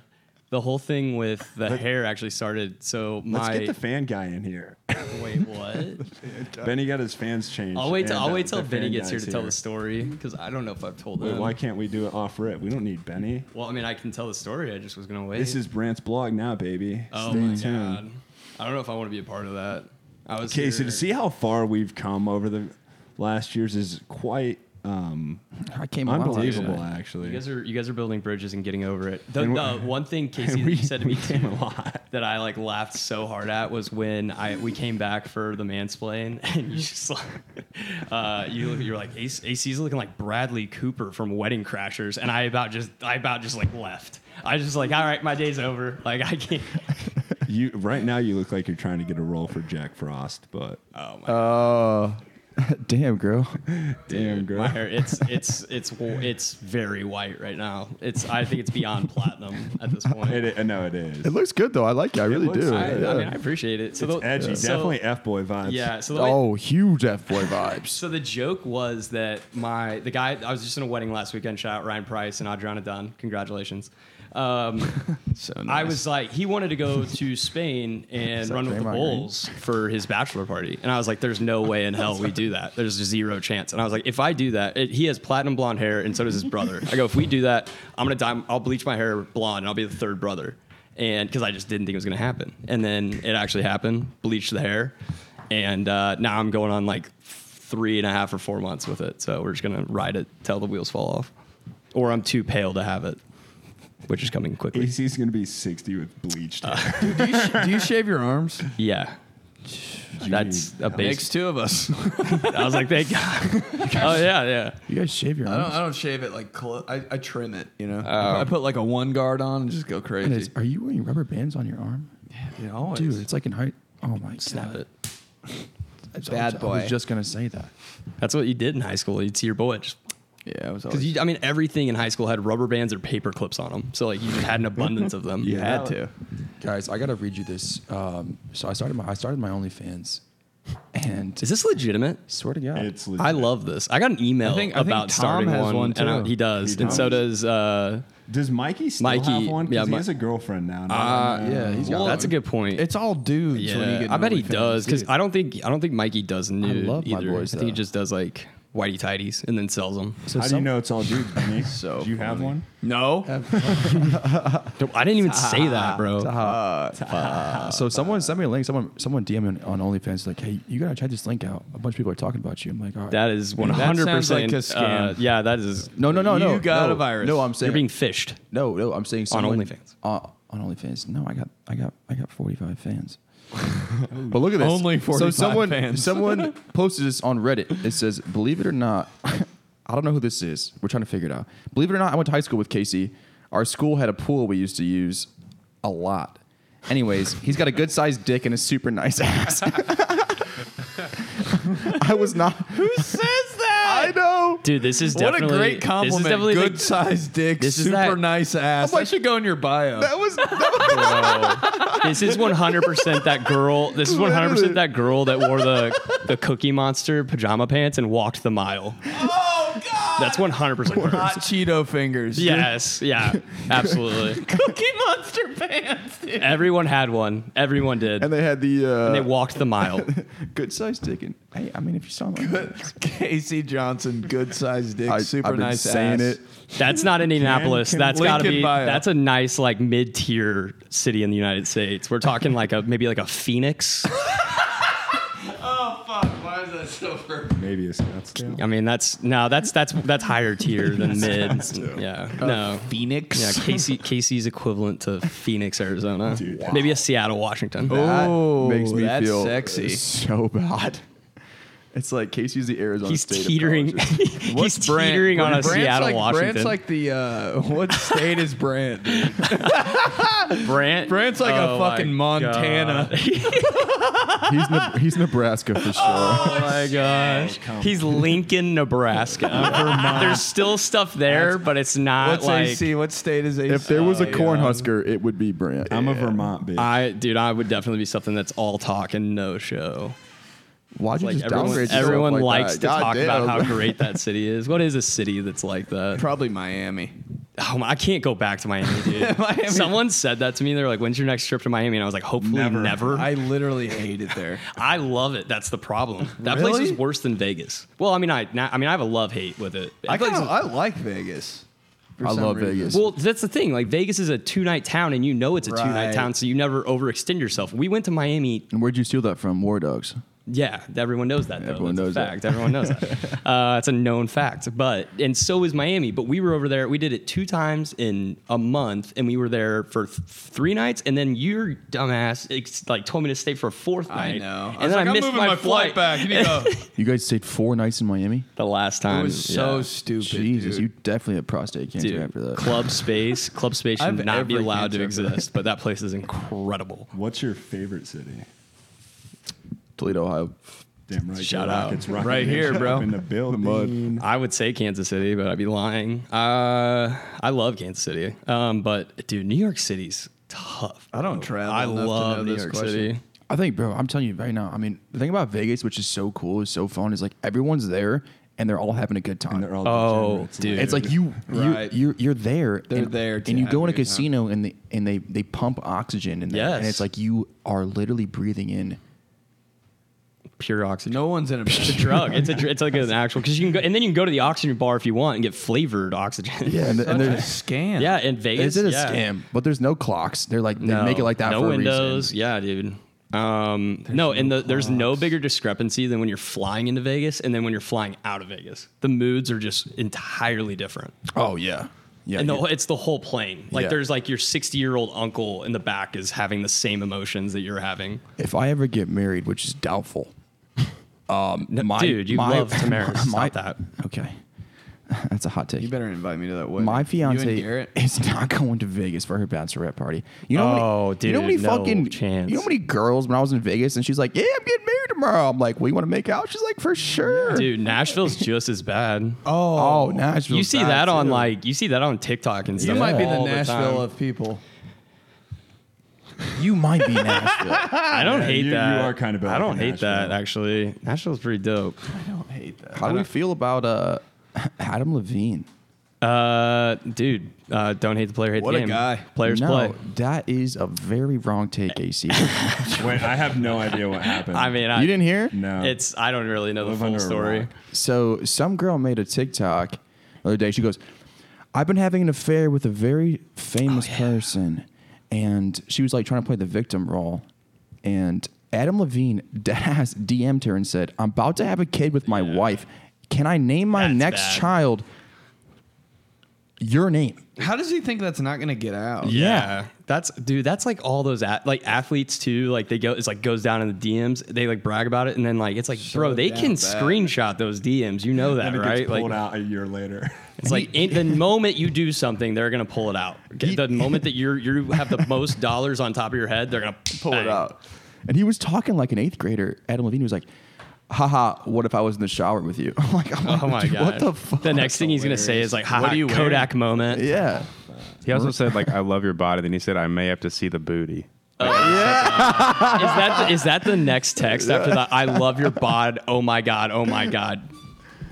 C: the whole thing with the hair actually started. So
B: Let's
C: my
B: get the fan guy in here.
C: wait, what?
B: Benny got his fans changed.
C: I'll wait. Till,
B: and,
C: I'll
B: uh,
C: wait till
B: the
C: Benny
B: fan
C: gets here
B: guy's
C: to tell the story because I don't know if I've told
B: Wait,
C: him.
B: Why can't we do it off rip? We don't need Benny.
C: Well, I mean, I can tell the story. I just was gonna wait.
B: This is Brant's blog now, baby.
C: oh
B: Stay
C: my
B: tuned.
C: god. I don't know if I want to be a part of that. I was
B: Okay, so
C: here-
B: to see how far we've come over the last years is quite um,
D: I came a lot to you today.
B: unbelievable, actually.
C: You guys are you guys are building bridges and getting over it. The,
B: And we-
C: the one thing Casey that
B: we-
C: you said to me
B: we came
C: too,
B: a lot.
C: that I like laughed so hard at was when I we came back for the mansplain and you just like uh, you look- you're like AC, AC's looking like Bradley Cooper from Wedding Crashers and I about just I about just like left. I just like all right, my day's over. Like I can't.
B: You right now you look like you're trying to get a role for Jack Frost, but
C: Oh Uh,
D: Oh, damn, girl.
B: damn girl.
C: My hair, it's it's it's wh- it's very white right now. It's I think it's beyond platinum at this point.
B: It, i- no, it is.
D: It looks good though. I like it. I really
B: looks-
D: do.
C: I,
D: Yeah.
C: I mean, I appreciate it. So
B: it's
C: the-
B: edgy,
C: so-
B: definitely f boy vibes.
C: Yeah. So the way-
D: oh, huge F boy vibes.
C: So the joke was that my the guy I was just in a wedding last weekend. Shout out Ryan Price and Adriana Dunn. Congratulations. Um,
A: So
C: I
A: nice.
C: was like, he wanted to go to Spain and run with the
D: Draymond Green?
C: Bulls for his bachelor party, and I was like, there's no way in hell we do that. There's zero chance. And I was like, if I do that, it, he has platinum blonde hair, and so does his brother. I go, if we do that, I'm gonna dye, I'll bleach my hair blonde, and I'll be the third brother. And because I just didn't think it was gonna happen, and then it actually happened. Bleached the hair, and uh, now I'm going on like three and a half or four months with it. So we're just gonna ride it till the wheels fall off, or I'm too pale to have it, which is coming quickly.
B: AC's gonna be 60 with bleached hair.
A: do, you sh- do you shave your arms?
C: Yeah. That's a
A: Makes
C: base.
A: two of us.
C: I was like, thank God. oh yeah, yeah.
D: You guys shave your
A: I don't.
D: arms.
A: I don't shave it like clo- I, I trim it. You know. I put like a one guard on and just go
D: And it's-
A: crazy.
D: are you wearing rubber bands on your arm?
A: You know, always.
D: Dude, it's like in height. Oh my
C: Snap
D: god.
C: it.
D: It's-
A: Bad
D: I was, I was
A: boy.
D: just gonna say that.
C: That's what you did in high school. You'd see your boy just
A: Yeah, I was
C: because
A: always.
C: you. I mean, everything in high school had rubber bands or paper clips on them. So like you just had an abundance of them.
A: you had to.
D: Guys, I gotta read you this. Um, so I started my I started my OnlyFans, and
C: Is this legitimate?
D: swear to God,
B: It's legit.
C: I love this. I got an email
A: I think- I think Tom
C: about starting
A: has
C: one,
A: one,
C: and I-
A: too.
C: he does,
B: He
C: and so
B: does.
C: does. Uh,
B: Does Mikey still
C: Mikey-
B: have one? 'Cause
C: yeah,
B: he
C: Mi-
B: has a girlfriend now.
A: Uh, yeah, he's got
C: well, that's a
A: one.
C: good point.
A: It's all dudes. when you
C: yeah,
A: get
C: I bet he
A: OnlyFans,
C: does because
A: dude.
C: I don't think I don't think Mikey does nude
D: love my
C: either.
D: boys,
C: I think he
D: though.
C: just does like whitey tidies and then sells them.
D: So
B: How do you
D: some-
B: know it's all dudes, Benny?
A: So
B: do you have
A: funny.
B: one?
A: no.
C: I didn't even say that, bro.
D: So someone sent me a link. Someone someone DM me on OnlyFans like, hey, you gotta check this link out. A bunch of people are talking about you. I'm like, all right.
C: That is one
A: That
C: hundred
A: sounds like
C: percent
A: a scam.
C: yeah, that is.
D: no, no, no, no.
A: You got
D: no,
A: a virus.
D: No, I'm saying
C: You're being fished.
D: no, no. I'm saying someone,
C: OnlyFans.
D: Uh, on OnlyFans. No, I got I got I got 45 fans. but look at this.
A: Only 45
D: so someone,
A: fans.
D: someone posted this on Reddit. It says, "Believe it or not, I don't know who this is. We're trying to figure it out. Believe it or not, I went to high school with Casey. Our school had a pool we used to use. a lot. Anyways, he's got a good sized dick and a super nice ass. I was not. Who says that? I know.
C: Dude, this is
A: What a
C: definitely
A: great compliment.
C: This is definitely
A: Good
C: the-
A: sized dick,
C: This is
A: super
C: that-
A: nice ass. That should go in your bio.
D: That was.
C: this is 100% that girl. This is 100% that girl that wore the the Cookie Monster pajama pants and walked the mile.
A: oh, God.
C: That's 100% her.
A: Hot Cheeto fingers.
C: Yes, yeah, absolutely.
G: Cookie Monster pants, dude.
C: Everyone had one. Everyone did.
D: And they had the uh,
C: they walked the mile.
D: good sized dick and hey, I mean, if you saw my,
A: Casey Johnson, good sized dick,
D: I,
A: super
D: I've been
A: nice
D: saying
A: ass.
D: it.
C: That's not Indianapolis.
B: can-
C: that's got to
A: Lincoln
C: be.
A: bio.
C: That's a nice like mid-tier city in the United States. We're talking like a maybe like a Phoenix.
B: Maybe it's Scottsdale.
C: I mean, that's no, that's that's that's higher tier than mid. Yeah, no.
A: Phoenix.
C: Yeah, Casey Casey's equivalent to Phoenix, Arizona. Maybe a Seattle, Washington.
D: That
A: Oh,
D: makes me
A: that's
D: feel
A: sexy.
D: so bad. It's like Casey's the Arizona
C: He's
D: state. of
C: teetering.
D: colleges.
C: he's teetering on a
A: Brandt's
C: Seattle,
A: like,
C: Washington.
A: Brandt's like the uh, what state is Brant?
C: Brant.
A: Brandt's like
C: Oh
A: a
C: my
A: fucking Montana.
D: he's, Neb- he's Nebraska for sure.
C: Oh my gosh. He's Lincoln, Nebraska. There's still stuff there, but it's not
A: What's
C: like
A: AC? What state is AC?
D: if there was a
A: Oh,
D: corn
A: yeah.
D: husker, it would be Brant.
B: I'm a Vermont bitch.
C: I dude, I would definitely be something that's all talk and no show.
D: Why'd you
C: Like
D: just
C: everyone,
D: downgrade yourself
C: everyone
D: like
C: likes
D: that?
C: to
D: God
C: talk
D: damn.
C: about how great that city is. What is a city that's like that?
A: Probably Miami.
C: Oh, my- I can't go back to Miami, dude.
A: Miami.
C: Someone said that to me. They're like, "When's your next trip to Miami?" And I was like, "Hopefully never." I,
A: I literally hate it there.
C: love it. That's the problem. That place
A: Really?
C: is worse than Vegas. Well, I mean, I na- I mean, I have a love hate with it.
A: I,
C: That place
A: kinda,
C: is-
A: I like Vegas. for
D: I
A: some
D: love
A: reason.
D: Vegas.
C: Well, that's the thing. Like Vegas is a two night town, and you know it's a two
A: Right.
C: night town, so you never overextend yourself. We went to Miami.
D: and where'd you steal that from? War Dogs.
C: Yeah, everyone knows that. Though.
D: Everyone
C: That's a
D: knows that.
C: fact. Everyone knows that. Uh, it's a known fact. But and so is Miami. But we were over there. We did it two times in a month, and we were there for th- three nights. And then your dumbass ex- like told me to stay for a fourth
A: I
C: night.
A: know. I
C: And
A: was
C: then
A: like,
C: I
A: am
C: missed
A: moving
C: my,
A: flight, back. You need to-
D: You guys stayed four nights in Miami.
C: the last time.
A: it was so
C: yeah.
A: stupid.
D: Jesus,
A: dude.
D: you definitely had prostate cancer
C: Dude,
D: after that.
C: club space, club space
A: I have
C: should not be
A: every
C: allowed to
A: cancer after that.
C: exist, but that place is incredible.
B: What's your favorite city?
D: Toledo, Ohio.
B: Damn right.
C: Shout
B: the
C: out.
B: Rockets, Rocket
A: Right
B: Nation
A: here, bro.
B: up In the building.
C: I would say Kansas City, but I'd be lying. Uh, I love Kansas City, um, but dude, New York City's tough.
A: I don't
C: bro.
A: travel
C: I
A: enough to
C: love
A: know
C: New
A: this
C: York
A: question.
C: City.
D: I think, bro, I'm telling you right now. I mean, the thing about Vegas, which is so cool, is so fun, is like everyone's there and they're all having a good time.
B: And they're all
C: Oh,
B: degenerates.
C: dude.
D: It's like you, you
A: Right.
D: you're you're there.
A: They're
D: and,
A: there to
D: and you
A: have
D: go in
A: a
D: a
A: good time.
D: casino and they and they they pump oxygen in there, and
C: Yes.
D: it's like you are literally breathing in.
C: Pure oxygen.
A: no one's in a
C: It's a drug. It's a dr- it's like an actual because you can go and then you can go to the oxygen bar if you want and get flavored oxygen.
D: Yeah, and, and
A: That's a
D: there's
A: scam.
C: yeah. In Vegas,
D: is it a
C: yeah.
D: scam? But there's no clocks. They're like they
C: No,
D: make it like that
C: No
D: for
C: windows. Yeah, dude. Um, no, and the, there's no bigger discrepancy than when you're flying into Vegas and then when you're flying out of Vegas. The moods are just entirely different.
D: a reason. Oh yeah, yeah.
C: and the,
D: you-
C: whole- it's the whole plane. Like
D: Yeah.
C: there's like your 60 year old uncle in the back is having the same emotions that you're having.
D: if I ever get married, which is doubtful. Um, my,
C: dude, you
D: my,
C: love Tamara. Stop that.
D: Okay, that's a hot take.
A: You better invite me to that wedding.
D: My
A: You and
D: fiance
A: Garrett?
D: is not going to Vegas for her bachelorette party. You know, how
C: Oh,
D: many, you know how many
C: dude, no
D: fucking
C: chance.
D: You know how many girls when I was in Vegas and she's like, "Yeah, I'm getting married tomorrow." I'm like, "Well, you want to make out?" She's like, "For sure."
C: Dude, Nashville's just as bad.
D: oh, Nashville.
C: you see that on like you see that on TikTok and
A: You
C: stuff.
A: might be the
C: all
A: Nashville
C: time.
A: of people.
D: you might be Nashville.
C: I don't hate
B: you- you
C: that.
B: are kind of bad
C: I don't
B: at
C: hate that
B: Nashville.
C: actually. Nashville's pretty dope.
D: How do we feel about uh, Adam Levine?
C: Uh, dude, uh, don't hate the player, hate
A: What a
C: the game.
A: guy.
C: Players
D: no,
C: play.
D: that is a very wrong take, AC. you
B: Wait, I have no idea what happened.
C: I mean, I,
D: didn't hear?
B: No.
C: It's I don't really know the
B: Live
C: full
B: under a
C: story.
B: rock.
D: So some girl made a TikTok the other day. She goes, "I've been having an affair with a very
C: Oh,
D: famous person," and she was like trying to play the victim role. And Adam Levine deadass DM'd her and said, "I'm about to have a kid with my wife. Can I name my
C: That's
D: next
C: bad.
D: child your name?"
A: How does he think that's not going to get out?
C: Yeah. That's dude, that's like all those at, like athletes too, like they go it's like goes down in the DMs, they like brag about it and then like it's like bro, they
A: down
C: can
A: bad.
C: screenshot those DMs. You know that,
B: And it
C: right?
B: gets
C: Like
B: pulled out a year later.
C: it's like in, the moment you do something, they're going to pull it out. Okay, the moment that you're you have the most dollars on top of your head, they're gonna
A: Pull it
C: bang.
A: out.
D: And he was talking like an eighth grader. Adam Levine was like, haha, what if I was in the shower with you? I'm like,
C: Oh my god!
D: What the fuck?
C: The next thing he's gonna say is like, "Ha
A: What
C: ha,
A: are you
C: Kodak moment."
D: yeah.
E: He also said like, "I love your body." Then he said, "I may have to see the booty."
C: Is that is that the next text after that? I love your bod. Oh my god. Oh my god.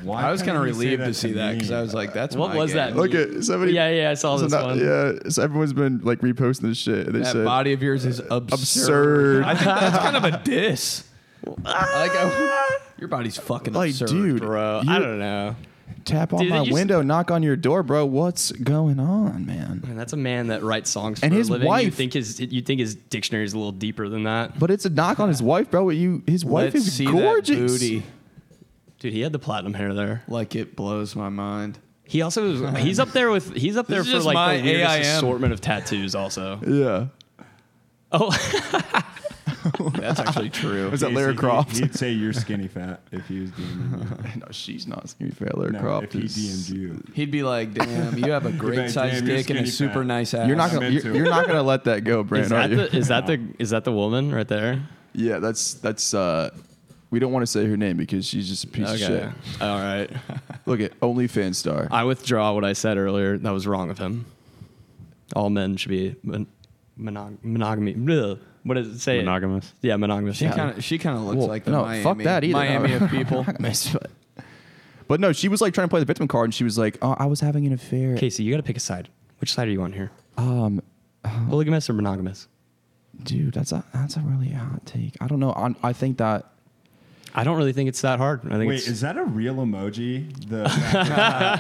B: Why
A: I was kind of
B: couldn't you say
A: relieved
B: that
A: to see that because I was like, that's
C: What
A: my
C: was
A: game.
C: that?
D: Look at somebody.
C: Yeah, yeah, I saw
D: so
C: this
D: now-
C: one.
D: Yeah, so everyone's been like reposting this shit. They
A: That
D: said
A: body of yours is absurd.
D: absurd.
A: I think that's kind of a diss. like, I, your body's fucking
D: Like,
A: absurd,
D: dude,
A: bro.
D: you-
A: I don't know.
D: Tap on
C: Dude,
D: my
C: you s-
D: window, knock on your door, bro. What's going on, man?
C: And that's a man that writes songs
D: And
C: for
D: his
C: a living. You
D: wife-
C: think his you think his dictionary is a little deeper than that,
D: But it's a knock on his wife, bro. You, his wife
A: Let's
D: is
A: see
D: gorgeous.
A: that booty.
C: dude. He had the platinum hair there.
A: Like it blows my mind.
C: He also was, he's up there with he's up there
A: is
C: for
A: just
C: like the
A: my
C: weirdest
A: AIM.
C: assortment of tattoos. Also,
D: Yeah.
C: oh,
A: That's actually true.
D: Was that
B: He'd
D: Lara
B: say-
D: Croft?
B: He'd say you're skinny fat if he was DMing you.
D: no, she's not. To be fair, Lara
B: No,
D: Croft
B: if he DM'd
D: is.
B: you.
A: He'd be like, "Damn, you have a
B: like,
A: great size
B: "Damn, you're
A: dick and a
B: skinny
A: super
B: fat."
A: nice ass."
D: You're not
B: I'm
D: gonna.
B: into
D: You're,
B: it.
D: you're not gonna let that go,
C: is
D: Brand. Are
C: that
D: you?
C: the is that the is that the woman right there?
D: yeah, that's that's. uh We don't want to say her name because she's just a piece of shit.
C: all right.
D: Look at OnlyFans star.
C: I withdraw what I said earlier. That was wrong of him. All men should be mon- monog- monogamy. Bleh. What does it say?
E: Monogamous.
C: Yeah, monogamous.
A: She
C: yeah.
A: kind of she kind of looks
D: Well,
A: like the
D: no,
A: Miami,
D: fuck that either.
A: Miami
D: No.
A: of people.
D: but, but no, she was like trying to play the victim card, and she was like, "Oh, I was having an affair."
C: Casey, you got to pick a side. Which side are you on here?
D: Um,
C: Polygamous or monogamous?
D: dude, that's a that's a really hot take. I don't know. I, I think that
C: I don't really think it's that hard. I think
B: Wait,
C: it's,
B: is that a real emoji? The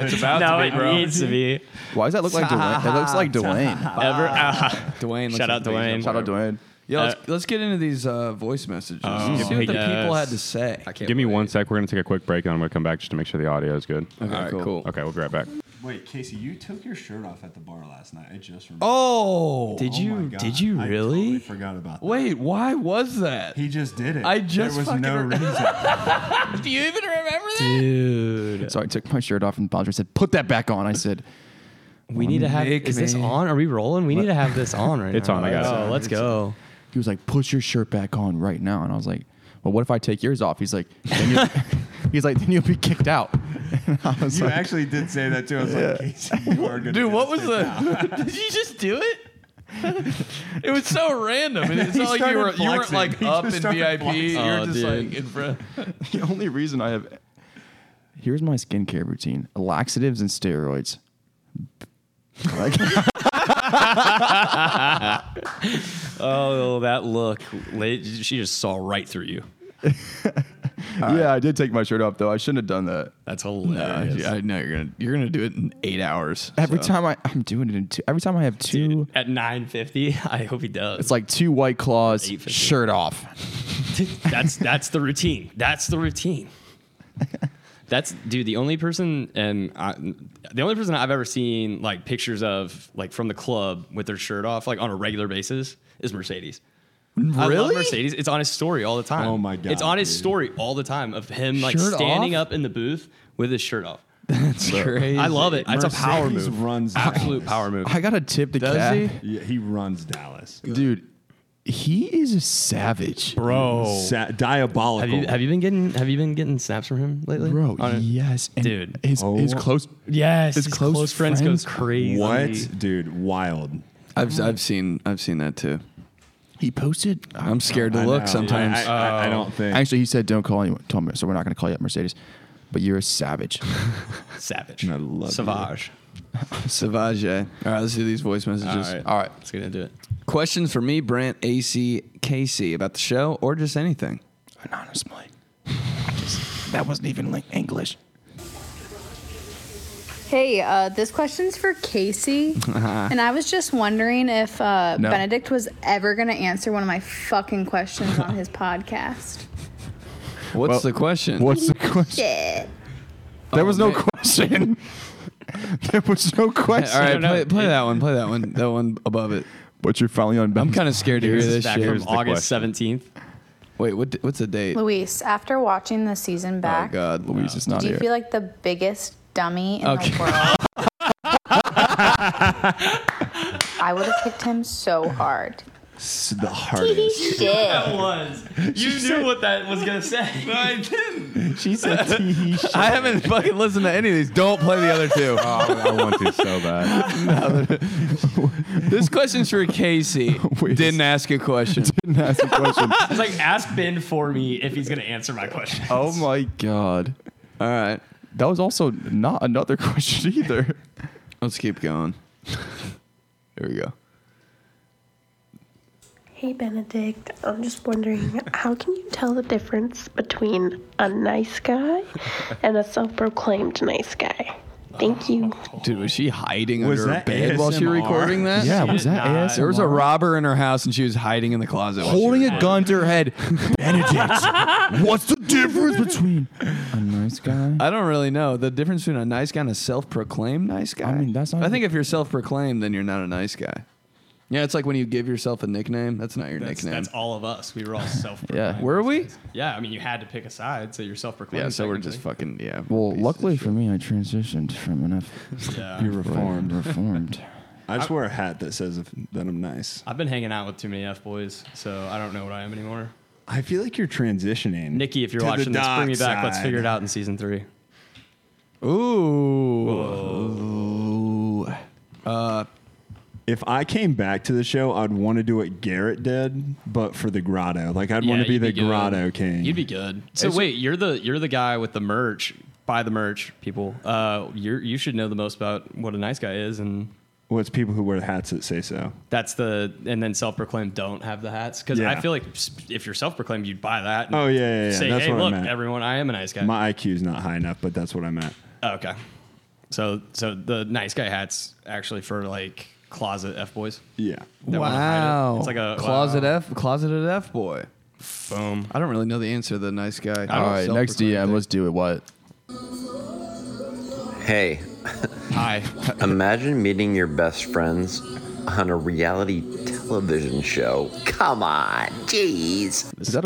A: It's about
C: no,
A: to
C: it
A: be, bro.
C: needs to be.
D: why does that look like Dwayne? It looks like Dwayne.
C: Ever, ah.
A: Dwayne. looks
C: Shout
A: like
C: out
A: the
C: Dwayne.
A: baby.
D: Shout out Dwayne.
A: Yeah,
C: Uh,
A: let's, let's get into these uh, voice messages.
C: Oh,
A: See what the
C: yes.
A: people had to say. I can't
E: Give me one sec. We're gonna take a quick break, and I'm gonna come back just to make sure the audio is good.
A: Okay, cool.
E: Okay, we'll be right back.
B: Wait, Casey, you took your shirt off at the bar last night. I just remembered.
A: Oh,
C: Did
B: Oh
C: you?
B: my God.
C: Did you
B: I
C: really?
B: totally forgot about that.
A: wait, why was that?
B: He just did it.
A: I just
B: there was
A: fucking
B: no
A: re-
B: reason.
A: Do you even remember that?
C: Dude,
D: So I took my shirt off, and Bonner said, "Put that back on." I said,
C: we need to have.
A: Make
C: Is this
A: me-
C: on? Are we rolling? We need to have this on right
E: It's
C: now.
E: on, I got it.
C: oh, let's go.
D: "He was like, put your shirt back on right now," and I was like, "Well, what if I take yours off?" He's like, then you'll, "He's like, then you'll be kicked out." And I was
B: You
D: like,
B: actually did say that too. I was like, Casey, you are good.
A: Dude, what was the? Did you just do it? it was so random. It- It's
B: He
A: not like you
B: started
A: were you weren't
B: flexing.
A: like
B: He
A: up in
B: just started
A: VIP. You
B: flexing.
A: were
C: Oh,
A: just
C: dude.
A: like in front.
D: the only reason I have here's my skincare routine: laxatives and steroids. Like,
C: Oh, that look. Lady- She just saw right through you.
D: yeah, I did take my shirt off though. I shouldn't have done that.
C: That's hilarious.
A: I know you're gonna you're gonna do it in eight hours.
D: Every time I, I'm doing it in two. Every time I have two,
C: At 950, I hope he does.
D: it's like two white claws,
C: 8:50.
D: shirt off.
C: that's that's the routine. That's the routine. That's dude. The only person and I, the only person I've ever seen like pictures of like from the club with their shirt off like on a regular basis is Mercedes. Really? I love Mercedes. It's on his story all the time.
B: Oh my God,
C: It's on his
B: dude.
C: story all the time of him like
A: Shirt
C: standing
A: off?
C: up in the booth with his shirt off.
A: That's crazy.
C: I love it. It's a power
B: Mercedes
C: move.
B: runs
C: Absolute
B: Dallas.
C: power move.
D: I gotta tip the
A: Does
D: cap,
A: he?
B: Yeah, he runs Dallas.
D: dude. He is a savage,
C: Bro.
B: Sa- diabolical.
C: Have you have you been getting have you been getting snaps from him lately?
D: bro.
C: On a-
D: yes, and
C: Dude.
D: His,
A: Oh.
D: his close.
C: Yes.
D: His close friends-
C: goes crazy.
B: what, dude? Wild.
A: I've I've seen I've seen that too.
D: He posted.
A: I'm scared to
B: I
A: look
B: know.
A: sometimes.
B: I, oh. I- I don't think.
D: Actually, he said, "Don't call anyone." Told me, so we're not gonna call you up, Mercedes. But you're a savage.
C: Savage.
B: I love you.
C: Savage.
A: Savage. eh? All right, let's do these voice messages.
D: All right.
C: Let's get into it.
A: Questions for me, Brant, AC, Casey about the show or just anything.
D: anonymously. that wasn't even like English.
H: Hey, uh, this question's for Casey.
A: Uh-huh.
H: and I was just wondering if uh,
D: No.
H: Benedict was ever going to answer one of my fucking questions on his podcast.
A: What's
D: Well,
A: the question?
D: What's the question?
H: Shit.
D: There was no
A: man.
D: question. there was no question.
A: All right,
C: know.
A: play, play that one. Play that one. That one above it.
D: But you're finally on.
A: I'm kind of scared to hear
C: This
A: this
C: is back
A: shit.
C: from
E: Here's the
C: August
E: question.
C: 17th.
A: Wait, what? What's the date?
H: Luis, after watching the season
A: Oh
H: back,
A: God,
D: Luis is not
H: do you
D: here.
H: feel like the biggest dummy in
A: Okay.
H: the world? I would have kicked him so hard.
B: It's the hardest.
H: Shit.
C: was. You knew what that was gonna say. I didn't.
B: she said,
A: I haven't fucking listened to any of these. Don't play the other two.
D: Oh.
E: I want to so bad.
A: This question's for Casey.
D: Wait a
A: Didn't ask a question.
D: Didn't ask a question.
C: It's like ask Ben for me if he's gonna answer my question.
D: oh my god.
A: All right.
D: That was also not another question either.
A: Let's keep going. Here we go.
I: Hey Benedict, I'm just wondering how can you tell the difference between a nice guy and a self-proclaimed nice guy? Thank you.
A: Dude, was she hiding
B: Was
A: under her
B: that
A: bed while she
B: ASMR?
A: recording that?
D: Yeah, was that
C: not.
D: ASMR?
A: There was a robber in her house and she was hiding in the closet. while she
D: holding
A: was-
D: a gun to her head. Benedict, what's the difference between a nice guy?
A: I don't really know the difference between a nice guy and a self-proclaimed nice guy.
D: I mean, that's not
A: I
D: even-
A: think if you're self-proclaimed, then you're not a nice guy. Yeah, it's like when you give yourself a nickname. That's not your
C: That's,
A: nickname.
C: that's all of us. We were all self.
D: Yeah.
A: Were we?
C: Yeah, I mean, you had to pick a side, so you're self-proclaimed.
A: Yeah. So we're just
C: technically.
A: fucking yeah.
D: Well,
A: pieces of
D: luckily
A: shit.
D: for me, I transitioned from an F.
C: Yeah.
D: Reformed. Reformed.
B: I just wear a hat that says if, that I'm nice.
C: I've been hanging out with too many F boys, so I don't know what I am anymore.
B: I feel like you're transitioning.
C: Nikki, if you're
B: to the
C: watching this, bring me
B: dark
C: back. Let's
B: side.
C: figure it out in season three.
A: Ooh.
B: If I came back to the show, I'd want to do what Garrett did, but for the grotto. Like, I'd want to be
C: you'd
B: the
C: good.
B: grotto king.
C: You'd be good. So wait, you're the you're the guy with the merch. Buy the merch, people. Uh, you you should know the most about what a nice guy is, and
B: well, it's people who wear hats that say so.
C: that's the and then self-proclaimed don't have the hats because
B: Yeah.
C: I feel like s- if you're self-proclaimed, you'd buy that. And
B: Oh, yeah, yeah, yeah.
C: Say,
B: That's
C: hey,
B: what I
C: look,
B: meant.
C: everyone, I am a nice guy. Oh,
B: My IQ's not high enough, but that's what I meant.
C: okay, so so the nice guy hats actually for like closet f boys.
B: Yeah.
C: that wanna hide
A: Wow.
C: it. It's like a-
A: closet F closeted F boy.
C: Boom.
A: I don't really know the answer to the nice guy.
D: All right, next DM. Let's do it. What?
J: Hey,
C: Hi.
J: imagine meeting your best friends on a reality television show. Come on, jeez.
D: Is that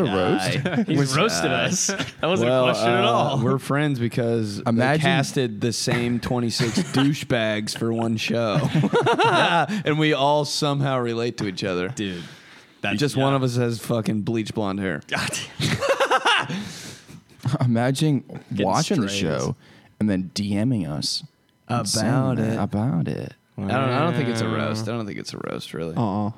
D: a roast?
C: He's roasted us. That wasn't
A: Well,
C: a question at
A: uh,
C: all.
A: We're friends because
D: Imagine-
A: they casted the same 26 douchebags for one show. and we all somehow relate to each other.
C: dude. That's
A: Just one of us has fucking bleach blonde hair.
D: Imagine watching the
C: strays.
D: show and then DMing us and saying
A: About
D: that
A: it.
D: About it.
A: I don't I don't think it's a roast. I don't think it's a roast really.
D: Oh,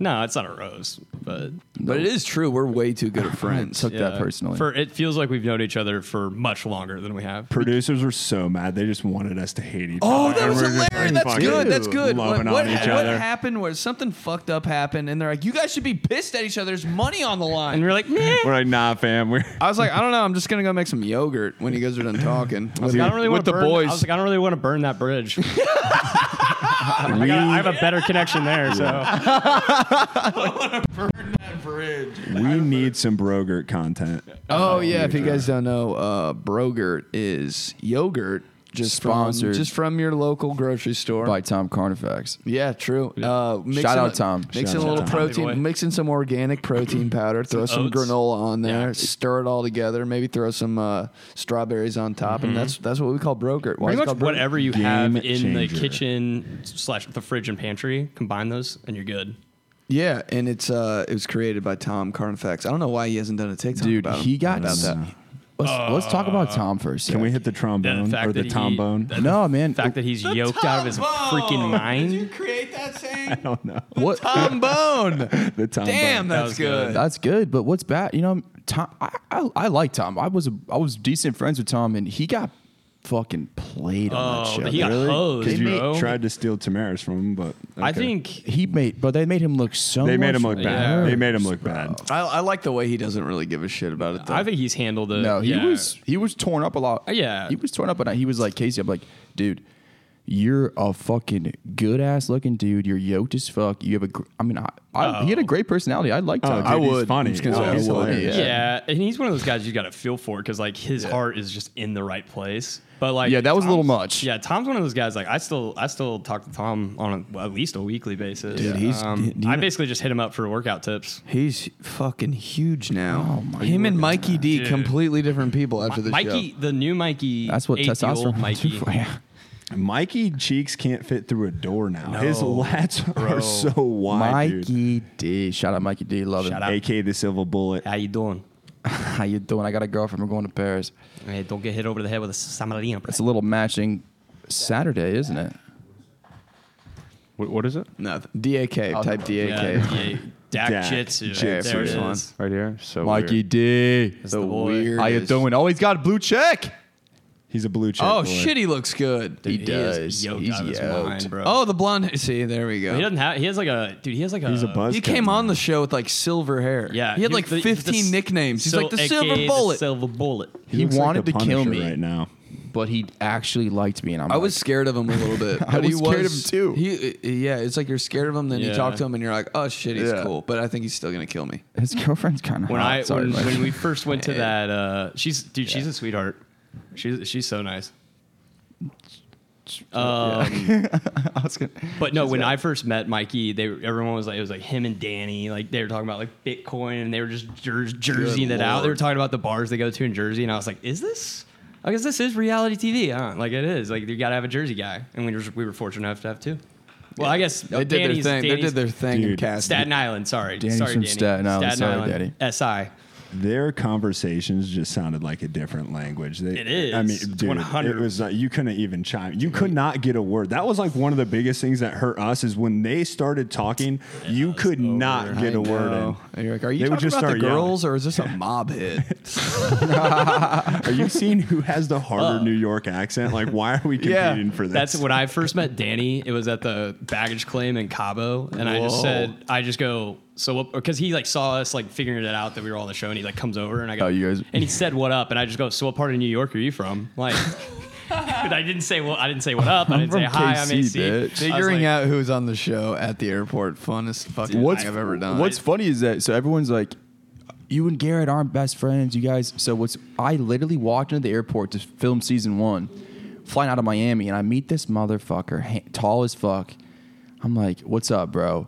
C: No, it's not a rose, but
A: But it is true. We're way too good at friends.
D: Took that
C: uh,
D: personally.
C: For it feels like we've known each other for much longer than we have.
B: Producers were so mad. They just wanted us to hate each
A: Oh,
B: other.
A: that
B: and
A: was
B: we're just
A: hilarious. That's
B: fucking
A: good. That's good.
B: Loving
A: What, what,
B: on each
A: what
B: other.
A: happened where something fucked up happened and they're like, you guys should be pissed at each other. There's money on the line.
C: And we're like, meh.
B: We're like, nah, fam. We're
A: I was like, I don't know. I'm just going to go make some yogurt when you guys are done talking. With,
C: I don't really
A: with
C: want
A: the
C: to burn.
A: boys.
C: I was like, I don't really want to burn that bridge. I, got- I have a better connection there, so
B: we need some Brogert content.
A: Oh yeah, if you guys don't know, uh, Brogurt is yogurt just
D: Sponsored.
A: from, just from your local grocery store.
D: By Tom Carnifax.
A: Yeah, true. Uh, mix
D: Shout
A: in
D: out
A: a-
D: Tom.
A: Mix in
B: Shout
A: a
B: out
A: little
B: Tom.
A: protein,
C: Tommy boy.
A: mix in some organic protein powder, throw some
C: oats.
A: granola on there,
C: Yeah.
A: stir it all together, maybe throw some uh, strawberries on top, and that's that's what we call Brogurt. Why is
C: Mm-hmm. pretty
A: it
C: much
A: called Brogurt?
C: whatever you
B: Game
C: have in the
B: changer.
C: kitchen slash the fridge and pantry, combine those, and you're good.
A: Yeah, and it's uh, it was created by Tom Carnfax. I don't know why he hasn't done a TikTok.
D: Dude,
A: about him.
D: he got.
A: about that.
D: Let's, let's talk about Tom first.
B: Can we hit the
C: Yeah,
B: trombone
C: the fact
B: or the
C: that he-
B: trombone?
C: that-
D: No, man.
C: The fact that he's yoked out of his freaking mind.
A: create that saying?
B: Oh no,
D: what?
A: Tombone.
B: the trombone.
A: Damn,
C: That
A: that's
C: was good.
A: good.
D: That's good, but what's bad? You know, Tom. I, I, I like Tom. I was a, I was decent friends with Tom, and he got fucking played on that
C: Oh,
D: show.
C: but he got
D: Really?
C: hosed,
B: Because you
C: bro.
B: tried to steal Tamaris from him, but
C: I
B: okay.
C: think
D: He made, but they made him look so.
B: they made
D: much
B: him look bad.
D: worse,
B: They made him look
D: bro.
B: bad.
A: I, I like the way he doesn't really give a shit about it. Though.
C: I think he's handled it.
D: No, he
C: yeah.
D: was he was torn up a lot.
C: Uh, yeah.
D: he was torn up, and I- he was like Casey. I'm like, dude, you're a fucking good ass looking dude. You're yoked as fuck. You have a, gr- I mean, I, I, he had a great personality. I liked
B: Oh,
D: Tom.
B: dude,
D: I,
B: he's
A: would.
B: funny.
A: He's gonna
B: Oh,
A: say
B: he's
A: I would,
B: hilarious.
D: yeah.
C: Oh. Yeah. and he's one of those guys you got to feel for because like his heart is just in the right place. But like,
D: yeah, that was a little
C: Tom's-
D: much.
C: Yeah, Tom's one of those guys. Like, I still, I still talk to Tom on a, at least a weekly basis.
A: Dude, he's-
C: Um,
A: do you
C: I
A: know-
C: basically just hit him up for workout tips.
A: He's fucking huge now.
D: Oh, my
A: Him and
D: word.
A: Mikey D, completely different people after the
C: Mikey,
A: show.
C: the new Mikey,
D: that's what
C: ate the old
D: testosterone.
C: Mikey.
D: Mikey.
B: Mikey cheeks can't fit through a door now. His lats are so wide. dude.
D: Mikey D. Shout out Mikey D. Love
C: Shout
D: him.
C: out.
B: AK the silver bullet.
C: How you doing?
D: How you doing? I got a girlfriend. We're going to Paris.
C: Hey, don't get hit over the head with a samarina.
D: It's a little matching Saturday, isn't it?
E: What, what is it?
A: Nothing. DAK. Type DAK.
C: Oh, Yeah, Dak,
B: Dak
C: Jitsu.
B: Jitsu.
C: There it
A: First one.
C: is.
E: Right here. So
D: Mikey
E: weird.
D: D.
A: the
C: the boy.
A: weirdest.
D: How you doing? Always got a blue check.
B: He's a blue chip.
A: Oh
B: boy.
A: shit, he looks good.
D: He
C: is
D: does.
C: yoked
D: He's
C: out of his
D: yoked.
C: mind, bro.
A: Oh, the blonde. See, there we go.
C: He doesn't have. He has like a dude. He has like a.
B: He's a buzz.
A: He came on the show with like silver hair.
C: Yeah,
A: He had
C: he
A: like
C: was the- he was the
A: 15
C: s-
A: nicknames. He's
C: so,
A: like the
C: aka
A: silver bullet.
C: silver bullet.
D: He
B: looks like
D: wanted
B: the
D: to kill
B: Punisher
D: me.
B: right now.
D: But he actually liked me, and I'm
A: I
D: like,
A: was scared of him a little bit.
D: I
A: but he
D: was scared of him, too.
A: He, uh, yeah, it's like you're scared of him, then you
C: Yeah.
A: talk to him, and you're like, oh shit, he's
D: Yeah.
A: cool. But I think he's still gonna kill me.
D: his girlfriend's kind of
C: When
D: hot.
C: I
D: Sorry,
C: when,
D: Mike.
C: when we first went to that, uh, she's dude. She's a sweetheart. She's she's so nice. Um,
D: I was gonna,
C: But no, when I first met Mikey, they were- everyone was like, it was like him and Danny, like they were talking about like Bitcoin, and they were just jer- jerseying it out. They were talking about the bars they go to in Jersey, and I was like, is this? I guess this is reality TV, huh? Like it is. Like you gotta have a Jersey guy, and we were we were fortunate enough to have two. Well, I guess
A: They did
C: Danny's-
A: their thing. they
C: Danny's-
A: did their thing in
B: Dude.
A: Cassidy.
C: Staten Island. Sorry,
D: Danny's
C: sorry,
D: from
C: Danny.
D: Staten Island. Sorry, Daddy.
C: SI.
B: Their conversations just sounded like a different language. They,
C: It is.
B: I mean,
C: It's
B: dude,
C: 100.
B: it was uh, you couldn't even chime. You could not get a word. That was like one of the biggest things that hurt us is when they started talking, you could not get a word
A: And you're like, are you
B: They would
A: talking
B: just
A: about the
B: start yelling.
A: girls, or is this a mob hit?
B: in. Are you seeing who has the harder New York accent? Like, why are we
A: Yeah.
B: competing for this?
C: That's when I first met Danny. It was at the baggage claim in Cabo, and I just
A: Whoa.
C: said, I just go so what? Because he like saw us like figuring it out that we were on the show, and he like comes over and I go,
D: Oh, you guys-
C: and he said, "What up?" And I just go, "So what part of New York are you from?" Like, but I didn't say well, I didn't say what up. I
D: I'm
C: didn't say
D: from
C: hi. I'm
D: KC,
C: AC.
D: bitch.
C: I was
A: Figuring
C: like,
A: out who's on the show at the airport, funnest fucking
D: what's
A: thing I've ever done.
D: What's funny is that so everyone's like, you and Garrett aren't best friends, you guys. So what's I literally walked into the airport to film season one, flying out of Miami, and I meet this motherfucker, ha- tall as fuck. I'm like, what's up, bro?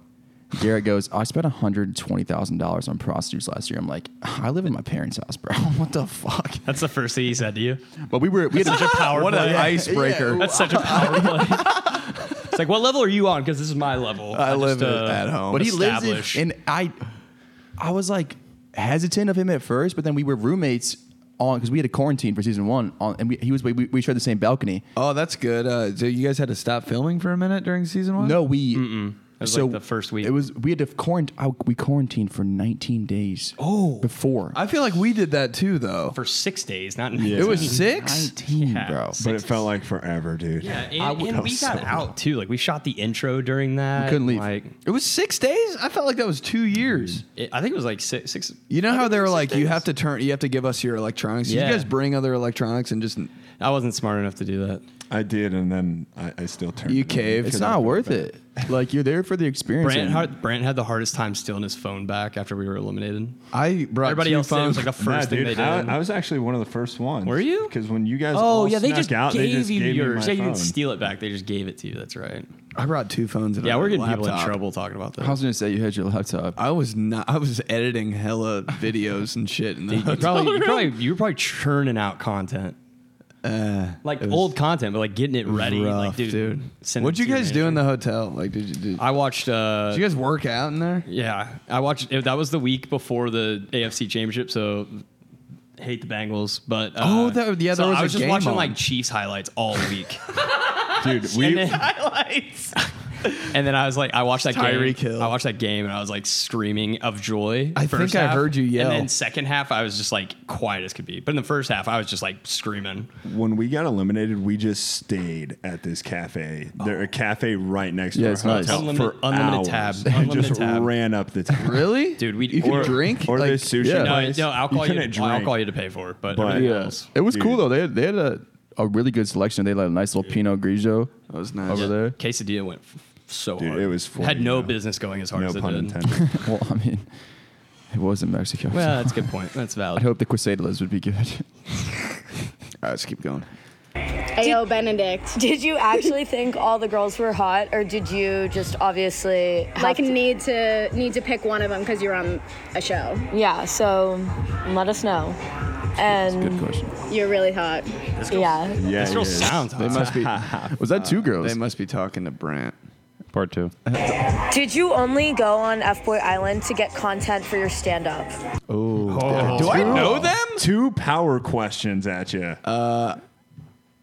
D: Garrett goes, I spent $120,000 on prostitutes last year. I'm like, I live in my parents' house, bro. what the fuck?
C: That's the first thing he said to you.
D: But we were, we had
C: Such a power
A: what
C: play.
A: an icebreaker.
C: That's such a power play. It's like, what level are you on? Because this is my level.
A: I
C: just, uh,
A: live at home.
D: but he lives
C: establish.
D: in, and I, I was like hesitant of him at first, but then we were roommates on because we had a quarantine for season one, on, and we, he was we, we shared the same balcony.
B: Uh-huh.
A: Oh, that's good. Uh, so you guys had to stop filming for a minute during season one?
D: No, we.
C: was like the first week.
D: It was we had to quarant- I, we quarantined for 19 days. Oh, before
A: I feel like we did that too, though.
C: for six days, not
B: Yeah.
A: It was six?
D: 19,
C: Yeah.
D: bro.
B: but it felt like forever, dude.
C: Yeah, and,
B: I
C: and
B: would-
C: we
B: so
C: got out too. Like we shot the intro during that.
D: We couldn't leave.
C: Like
A: It was six days? I felt like that was two years.
C: it, I think it was like six. six
A: You know
C: I
A: how
C: think
A: they
C: it
A: were
C: was
A: like,
C: six
A: you
C: days.
A: have to turn, you have to give us your electronics. Did
C: Yeah.
A: you guys bring other electronics and just
C: I wasn't smart enough to do that.
B: I did, and then I, I still turned.
A: you
B: it in.
A: cave?
D: It's not worth it. Like you're there for the experience.
C: Brant
D: and-
C: had, Brant had the hardest time stealing his phone back after we were eliminated.
A: I brought
C: Everybody
A: two
C: else said it was
A: phones.
C: like the first
B: Oh, Nah,
C: thing
B: dude,
C: they did.
B: I, I was actually one of the first ones.
C: Were you?
B: Because when you guys
C: oh
B: all
C: yeah, they
B: snuck
C: just
B: out,
C: gave
B: they just
C: you
B: gave
C: yours.
B: Me my
C: yeah, you
B: phone.
C: didn't steal it back. They just gave it to you. That's right.
A: I brought two phones. And
C: Yeah,
A: a
C: we're getting people in
A: laptop.
C: trouble talking about
D: I was
C: that.
D: gonna say you had your laptop.
A: I was not. I was editing hella videos and shit. In the
C: You
A: hotel
C: probably, you
A: room.
C: probably you were probably churning out content.
B: Uh,
C: like old content, but like getting it ready. like,
A: Rough,
C: dude,
A: dude.
C: send it
A: What'd you
C: to your
A: guys do in
C: manager.
A: the hotel? Like, did you did,
C: I watched. Uh,
A: did you guys work out in there?
C: Yeah, I watched. eh, That was the week before the AFC Championship, so hate the Bengals. But uh,
A: Oh, that- yeah,
C: so
A: there was
C: I
A: a
C: was just
A: game
C: watching
A: on.
C: like Chiefs highlights all week,
B: dude. We,
F: Highlights.
C: and then I was like, I watched that
A: Tyreek
C: game.
A: Hill.
C: I watched that game, and I was like screaming of joy.
A: I
C: first
A: think I
C: half,
A: heard you yell.
C: and then second half, I was just like quiet as could be. But in the first half, I was just like screaming.
B: when we got eliminated, we just stayed at this cafe. There a cafe right next
D: Yeah,
B: to
D: it's
B: our
D: nice.
B: hotel
C: Unlimited-
B: for
C: unlimited
B: hours.
C: tab.
B: And
C: Unlimited
B: just
C: tab.
B: ran up the tab.
A: Really,
C: Dude, we-
A: you could
C: or-
A: drink
B: or
A: like,
B: this sushi
D: yeah.
C: No,
B: place.
C: no, I'll call you.
B: couldn't
C: To, I'll
B: drink.
C: call you to pay for it, but,
B: But-
C: everything
B: Yeah.
C: else.
D: It was cool
B: Dude.
D: though. They had, they had a, a really good selection. They had a nice little Pinot Grigio
A: That was nice.
D: over
A: Yeah.
D: there.
C: Quesadilla went f- so
B: Dude,
C: hard.
B: it was 40,
C: had no
B: yeah.
C: business going as hard
B: No
C: as it
B: pun
C: did.
B: intended.
D: Well, I mean, it was in Mexico. so-
C: Well, that's a good point. That's
D: I
C: valid.
D: hope the quesadillas would be good.
A: All right, let's keep going.
K: Ayo Benedict.
H: Did you actually think all the girls were hot, or did you just obviously have
K: Like
H: to-
K: need to need to pick one of them because you're on a show.
H: Yeah, so let us know.
K: and
D: good question.
K: You're really hot. yeah.
A: Yeah,
C: This girl he is. sounds
A: They
C: hot.
A: must be.
D: Was that
C: Uh,
D: two girls?
A: They must be talking to Brant.
E: Part two.
L: Did you only go on F Boy Island to get content for your stand up?
A: Oh,
B: Do I
A: know
B: them? Two power questions at you.
A: Uh,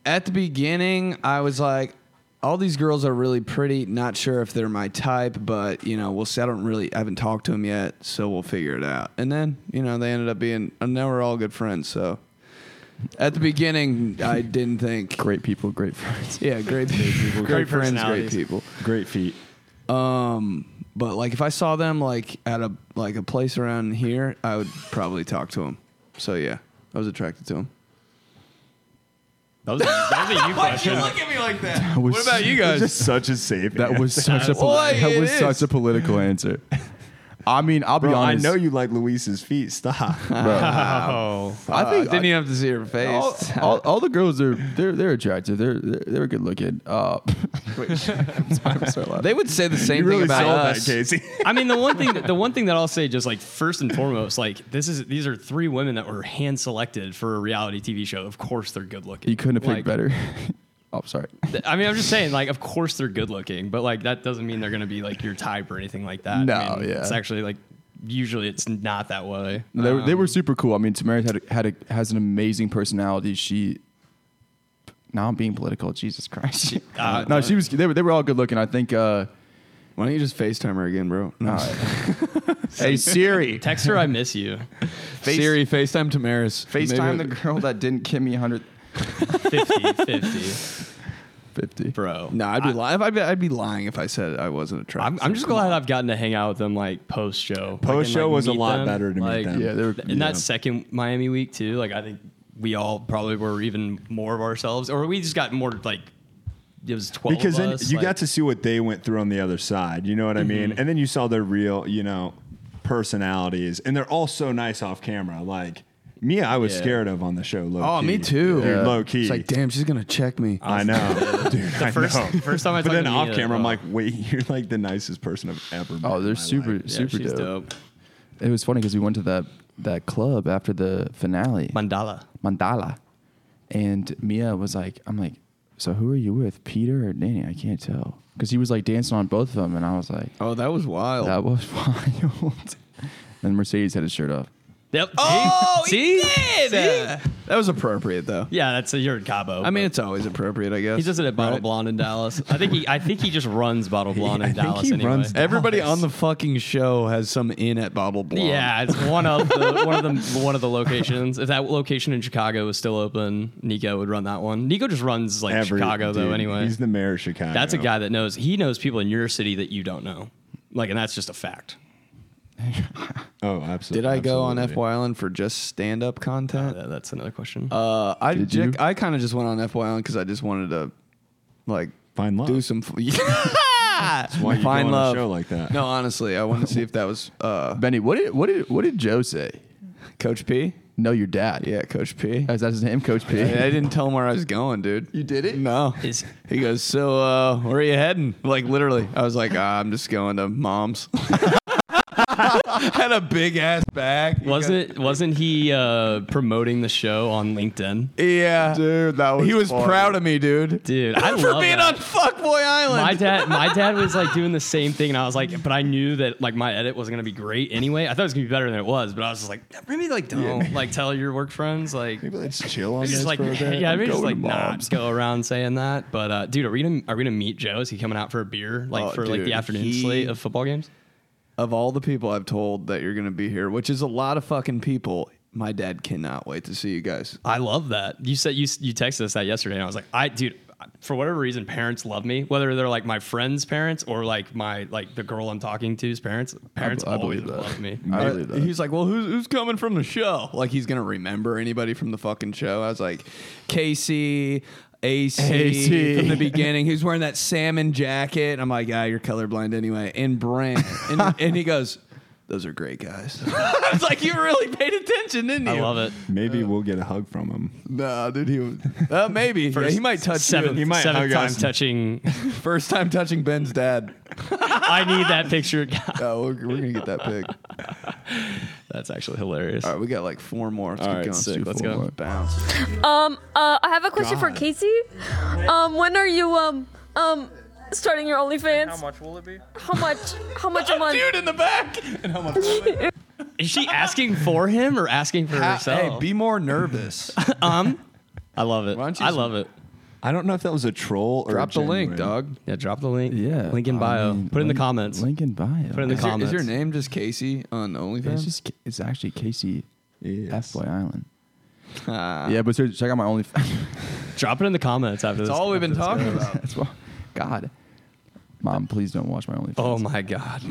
A: at the beginning, I was like, all these girls are really pretty. Not sure if they're my type, but you know, we'll see. I don't really, I haven't talked to them yet, so we'll figure it out. And then, you know, they ended up being, and now we're all good friends. So, at the beginning, I didn't think
D: great people, great friends.
A: Yeah, great people, great,
C: Great
A: friends, great
C: personalities.
A: people,
B: great feet.
A: Um, but like if I saw them like at a like a place around here, I would probably talk to them. So yeah, I was attracted to them.
C: That was a, that was a you
A: Why'd you
C: question.
A: look at me like that?
D: was-
A: what about you
D: It's
A: guys?
D: just
B: such a safe.
D: That was such a
A: Well,
D: poli- that
A: it
D: was
A: is.
D: such a political answer. I mean, I'll be
B: Bro, I
D: honest.
B: know you like Luis's feet. Stop.
A: Wow.
D: I think
A: Uh, didn't even have to see her face.
D: all, all, all the girls are they're they're attractive. They're they're, they're good looking. Uh, wait, I'm sorry, I'm
A: they would say the same
D: You
A: thing
D: really
A: about
D: sold
A: us.
D: that,
B: Casey.
C: I mean, the one thing, the one thing that I'll say, just like first and foremost, like this is these are three women that were hand selected for a reality TV show. Of course, they're good looking.
D: You couldn't have
C: Like,
D: picked better. oh, sorry.
C: th- I mean, I'm just saying, like, of course they're good looking, but like that doesn't mean they're gonna be like your type or anything like that. I
D: No,
C: mean,
D: yeah.
C: it's actually like usually it's not that way.
D: No, They, were they were super cool. I mean, Tamara had a, had a, has an amazing personality. She now I'm being political. Jesus Christ.
C: uh,
D: no, she was. They were, they were all good looking. I think. Uh,
A: Why don't you just Facetime her again, bro?
D: hey Siri,
C: text her. I miss you.
D: Face-
A: Siri, FaceTime Tamaris.
D: Facetime the girl that didn't give me hundred.
C: 50, 50.
D: 50.
C: Bro.
A: No, I'd be lying. I'd be, I'd be lying if I said I wasn't attracted.
C: I'm, I'm just glad I've gotten to hing out with them like post show.
A: Post-show was a lot better to meet them.
D: Yeah, they were-
C: in that second Miami week too. Like I think we all probably were even more of ourselves, or we just got more like it was twelve.
B: because
C: of
B: then
C: us,
B: you
C: like-
B: got to see what they went through on the other side. You know what I mean?
C: Mhm.
B: And then you saw their real, you know, personalities, and they're all so nice off camera. Like me, I was
A: Yeah.
B: scared of on the show. Low
A: Oh,
B: key.
A: me too.
B: Dude, Low key.
A: It's like, damn, she's gonna check me.
B: I know, dude.
A: The
B: I
A: first-
B: know.
A: first time I
B: but
A: talked
B: then
A: to
B: off
A: Mia,
B: camera, I'm
A: though.
B: like, wait, you're like the nicest person I've ever met.
D: Oh,
B: in
D: they're
B: my
D: super,
B: life.
D: super dope. It was funny because we went to that that club after the finale.
C: Mandala.
D: Mandala. And Mia was like, I'm like, so who are you with, Peter or Danny? I can't tell. Because he was like dancing on both of them. And I was like,
A: oh, that was wild.
D: That was wild. then Mercedes had his shirt off.
C: Yep. Oh, see?
A: Yeah. That was appropriate though.
C: Yeah, that's a, you're in Cabo.
A: I mean, it's always appropriate, I guess.
C: He does it at Bottle Blonde in Dallas. I think he. I think he just runs Bottle Blonde in Dallas. anyway.
A: Everybody on the fucking show has some in at Bottle Blonde.
C: Yeah, it's one of the one of the one of the locations. If that location in Chicago was still open, Nico would run that one. Nico just runs like
B: Every-
C: Chicago though.
B: dude,
C: Anyway,
B: he's the mayor of Chicago.
C: That's a guy that knows. He knows people in your city that you don't know. Like, and that's just a fact.
B: Oh, absolutely.
A: Did I go on
C: Absolutely.
A: FY Island for just stand up content?
C: that's another question.
A: Uh, I
C: Did
A: ju-
C: you?
A: I kind of just went on FY Island because I just wanted to like
B: find love.
A: Do some f-
B: That's why you go
A: find
B: on a
A: love.
B: show like that.
A: No, honestly, I wanted to see if that was uh,
D: Benny. What did what did what did Joe say?
A: Coach P.
D: No, your dad.
A: Yeah, Coach P.
D: Oh, is that his name, Coach P?
A: I, I didn't tell him where I was going, dude. You
D: did it?
A: No. He goes, so uh, where are you heading? Like literally, I was like, ah, I'm just going to mom's. Had a big ass bag.
C: Wasn't wasn't he uh, promoting the show on LinkedIn?
A: yeah,
D: dude, that
A: He was proud of me, dude.
C: Dude, I
A: for
C: love
A: being on
C: that.
A: Fuckboy Island.
C: My dad, my dad was like doing the same thing, and I was like, but I knew that like my edit was gonna be great anyway. I thought it was gonna be better than it was, but I was just like, maybe like don't like tell your work friends like maybe
B: let's chill on
C: just
B: this
C: like
B: for a bit.
C: yeah,
B: I'm
C: maybe just
B: going
C: like
B: to
C: not
B: Bob's.
C: go around saying that. But uh, dude, are we gonna are we gonna meet Joe? Is he coming out for a beer like
A: Oh,
C: for like
A: dude,
C: the afternoon
A: he-
C: slate of football games?
A: Of all the people I've told that you're gonna be here, which is a lot of fucking people, my dad cannot wait to see you guys.
C: I love that. You said you you texted us that yesterday, and I was like, I dude, for whatever reason, parents love me, whether they're like my friend's parents or like my like the girl I'm talking to's parents. Parents
D: I
C: always
D: believe that.
C: love me.
D: I believe that.
A: He's like, well, who's who's coming from the show? Like he's gonna remember anybody from the fucking show. I was like, Casey. AC,
D: AC.
A: from the beginning. He's wearing that salmon jacket. I'm like, ah, you're colorblind anyway. And Brant. And, and he goes, those are great guys. I was like, you really paid attention, didn't you?
C: it.
A: Uh.
B: Maybe we'll get a hug from him.
A: Nah, dude, he was, uh, maybe yeah, he might touch
C: seventh,
A: you.
C: seventh time touching.
A: First time touching Ben's dad.
C: I need that picture.
A: Oh, we're, we're gonna get that pic.
C: That's actually hilarious.
A: All right, we got like four more. Let's
C: All
A: keep
C: right,
A: going.
C: sick.
A: do
C: Let's
A: four
C: go.
A: more. Bounce.
H: Um, uh, I have a question for
A: God.
H: Casey. Um, when are you um um starting your OnlyFans?
M: How much will it be?
H: How much? How much a month? Dude
C: in the back.
H: And how much?
C: Is she asking for him or asking for
A: Ha-
C: herself?
A: hey, be more nervous.
C: um, I love it.
A: you
C: I
A: just-
C: love it.
B: I don't know if that was a troll or
A: Drop the link,
C: dog. Yeah, drop the link. Yeah, link in
A: I
C: bio.
A: mean,
C: Put in the
A: link-
C: comments.
D: Link in bio.
C: Put in the
A: is
C: comments.
A: Your, is your name just Casey on OnlyFans?
D: It's just it's actually Casey F Boy Island.
A: Ah.
D: yeah, but seriously, check out my Oh. OnlyFans.
C: Drop it in the comments after
A: That's
C: this.
A: all we've been
C: after
A: talking
C: this goes.
A: about.
D: That's what, God, Mom, please don't watch my OnlyFans.
C: Oh my god.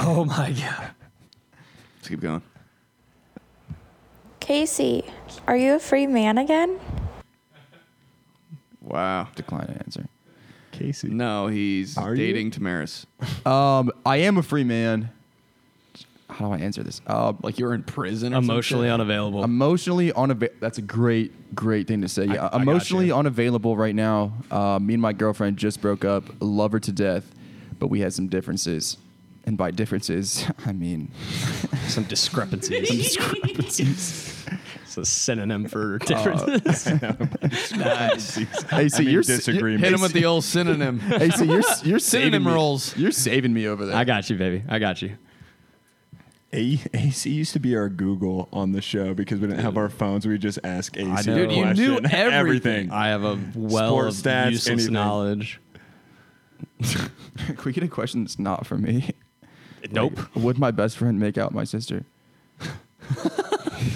C: Oh my god.
A: Let's keep going.
N: Casey, are you a free man again?
A: Wow.
D: Decline to answer.
A: Casey. No, he's dating Tamaris.
D: Um, I am a free man. How do I answer this? Uh,
A: like you're in prison.
C: Emotionally unavailable.
D: Emotionally unavailable. That's a great, great thing to say. Yeah, emotionally unavailable right now. Uh, me and my girlfriend just broke up. Love her to death, but we had some differences, and by differences, I mean
C: some discrepancies.
D: some discrepancies.
C: It's a synonym for differences. nice.
D: Hey, so you're
A: Hit him with the old synonym.
D: Hey, so you're you're saving
A: synonym
D: me.
A: rolls.
D: You're saving me over there.
C: I got you, baby. I got you.
B: A- AC used to be our Google on the show because we didn't have our phones. We just ask AC.
C: I
B: a
C: know. Dude, you knew
B: question.
C: everything. I have a well
B: Sports
C: of
B: stats,
C: useless
B: anything.
C: knowledge.
D: Can we get a question that's not for me?
C: Nope.
D: Like, would my best friend make out my sister?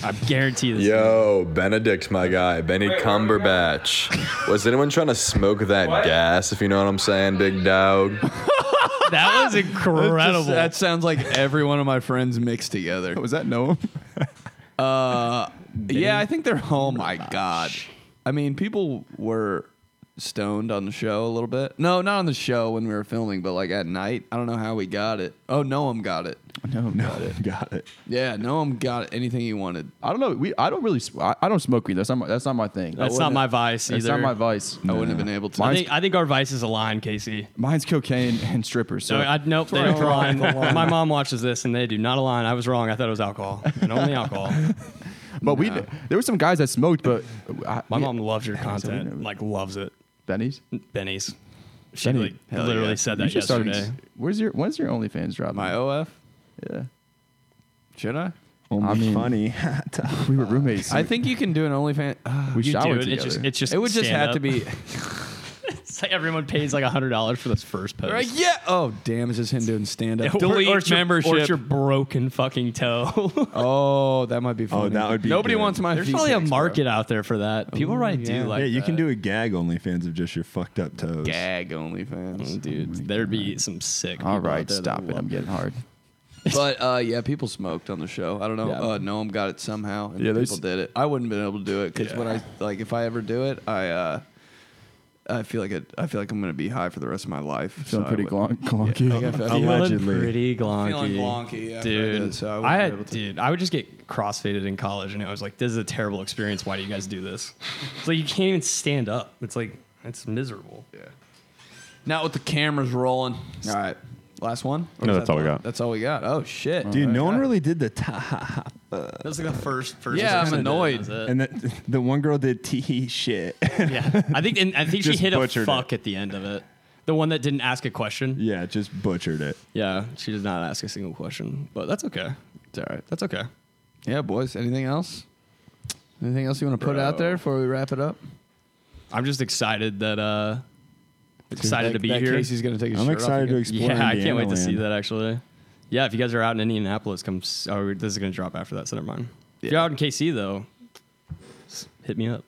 C: I guarantee this.
J: Yo, Benedict, my guy, Benny Cumberbatch. Was anyone trying to smoke that gas? If you know what I'm saying, big dog.
C: That was incredible.
A: that sounds like every one of my friends mixed together.
D: Was that Noam?
A: uh, yeah, I think they're. Oh my god! I mean, people were stoned on the show a little bit. No, not on the show when we were filming, but like at night. I don't know how we got it. Oh, Noam got it.
D: No, got it.
B: Got it.
A: Yeah, Noam got anything he wanted.
D: I don't know. We I don't really. sm- I, I don't smoke weed. That's not my, that's not my thing.
C: That's not my vice either.
D: That's not my vice.
A: I wouldn't have been able to.
C: I
D: Mine's,
C: think, I think our vices align, Casey.
D: mine's cocaine and strippers. So
C: no, I, nope, they don't align. My mom watches this and they do not align. I was wrong. I thought it was alcohol and only alcohol.
D: But we there were some guys that smoked, but I,
C: My
D: we-
C: mom loves your
D: So we
C: content,
D: never-
C: like loves it.
D: Benny's.
C: Benny's. She
D: Benny,
C: like,
D: hell
C: literally
D: yeah.
C: said
D: You
C: that
D: should start
C: yesterday.
D: ex- where's your When's your OnlyFans dropping?
A: My OF.
D: Yeah.
A: Should I?
D: I mean,
B: funny.
D: we were roommates.
A: I think you can do an OnlyFans. Uh,
D: We
A: you
D: showered
A: do
D: together.
C: It's just
A: it would just
C: stand
A: have
C: up.
A: to be.
C: it's like everyone pays like hundred dollars for this first post.
A: They're like, yeah. Oh, damn! It's just him doing stand up.
C: Or-
A: Delete
C: or it's your-
A: membership.
C: or it's your broken fucking toe.
A: oh, that might be funny. Nobody wants my.
C: There's
A: feet
C: probably a
A: pics, bro.
C: market out there for that. People probably do like.
B: Yeah, you can
C: that.
B: do a gag OnlyFans of just your fucked up toes.
A: Gag OnlyFans,
C: dude. there'd be some sick.
D: All
C: people out
D: right,
C: there that
D: stop
C: would
D: it. I'm getting hard.
A: But uh, yeah, people smoked on the show. I don't know.
D: Yeah.
A: Uh, Noam got it somehow, and
D: Yeah, they
A: people
D: s-
A: did it. I wouldn't have been able to do it because when
D: Yeah.
A: I like, if I ever do it, I uh, I feel like it, I feel like I'm gonna be high for the rest of my life.
D: Feeling
A: I
D: pretty
A: wouldn't.
D: glonk-
A: Yeah,
D: glonky.
A: I think I felt-
C: Feeling
D: Allegedly.
C: pretty glonky.
A: Feeling glonky, yeah,
C: dude.
A: so I wouldn't
C: I,
A: be
C: had,
A: able to-
C: dude, I would just get crossfaded in college, and I was like, "This is a terrible experience. Why do you guys do this?" It's like you can't even stand up. It's like it's miserable. Yeah.
A: Not with the cameras rolling. All right, last one. Or
E: No,
A: is
E: that's
A: that
E: all we
A: the-
E: got.
A: That's all we got. Oh shit,
B: Dude, no one really did the top.
C: That's like the first first.
A: Yeah, I'm
C: person I did,
A: annoyed.
C: that was it.
B: And the, the one girl did tee shit.
C: yeah, I think and I think she
B: Just
C: hit a
B: butchered it.
C: fuck at the end of it. The one that didn't ask a question.
B: yeah, just butchered it.
C: Yeah, she did not ask a single question, but that's okay. It's all right. That's okay.
A: Yeah, boys. Anything else? Anything else you want to put out
C: Bro.
A: there before we wrap it up?
C: I'm just excited that uh excited
A: that-
C: to be
A: that
C: here.
A: Casey's gonna take his I'm shirt off excited again. to explore
C: Yeah, I can't
A: Indiana
C: wait to see
A: land.
C: that actually. Yeah, if you guys are out in Indianapolis, come. s- Oh, this is gonna drop after that, so never mind. If you're out in KC though, s- hit me up.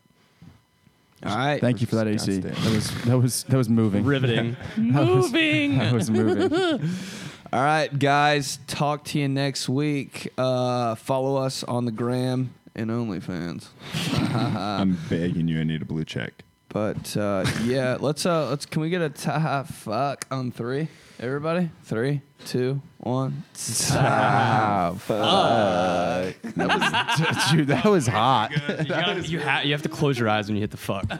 A: All right.
D: Thank you for that, AC. That was that was that was moving.
C: Riveting.
D: That was- that was moving.
A: All right, guys. Talk to you next week. Uh, follow us on the gram and OnlyFans.
B: I'm begging you, I need a blue check.
A: but uh, yeah, let's uh, let's can we get a ta fuck on three? Everybody, three, two, one. Ta fuck.
D: That was, dude, that was hot.
C: You, gotta- you ha- you have to close your eyes when you hit the fuck.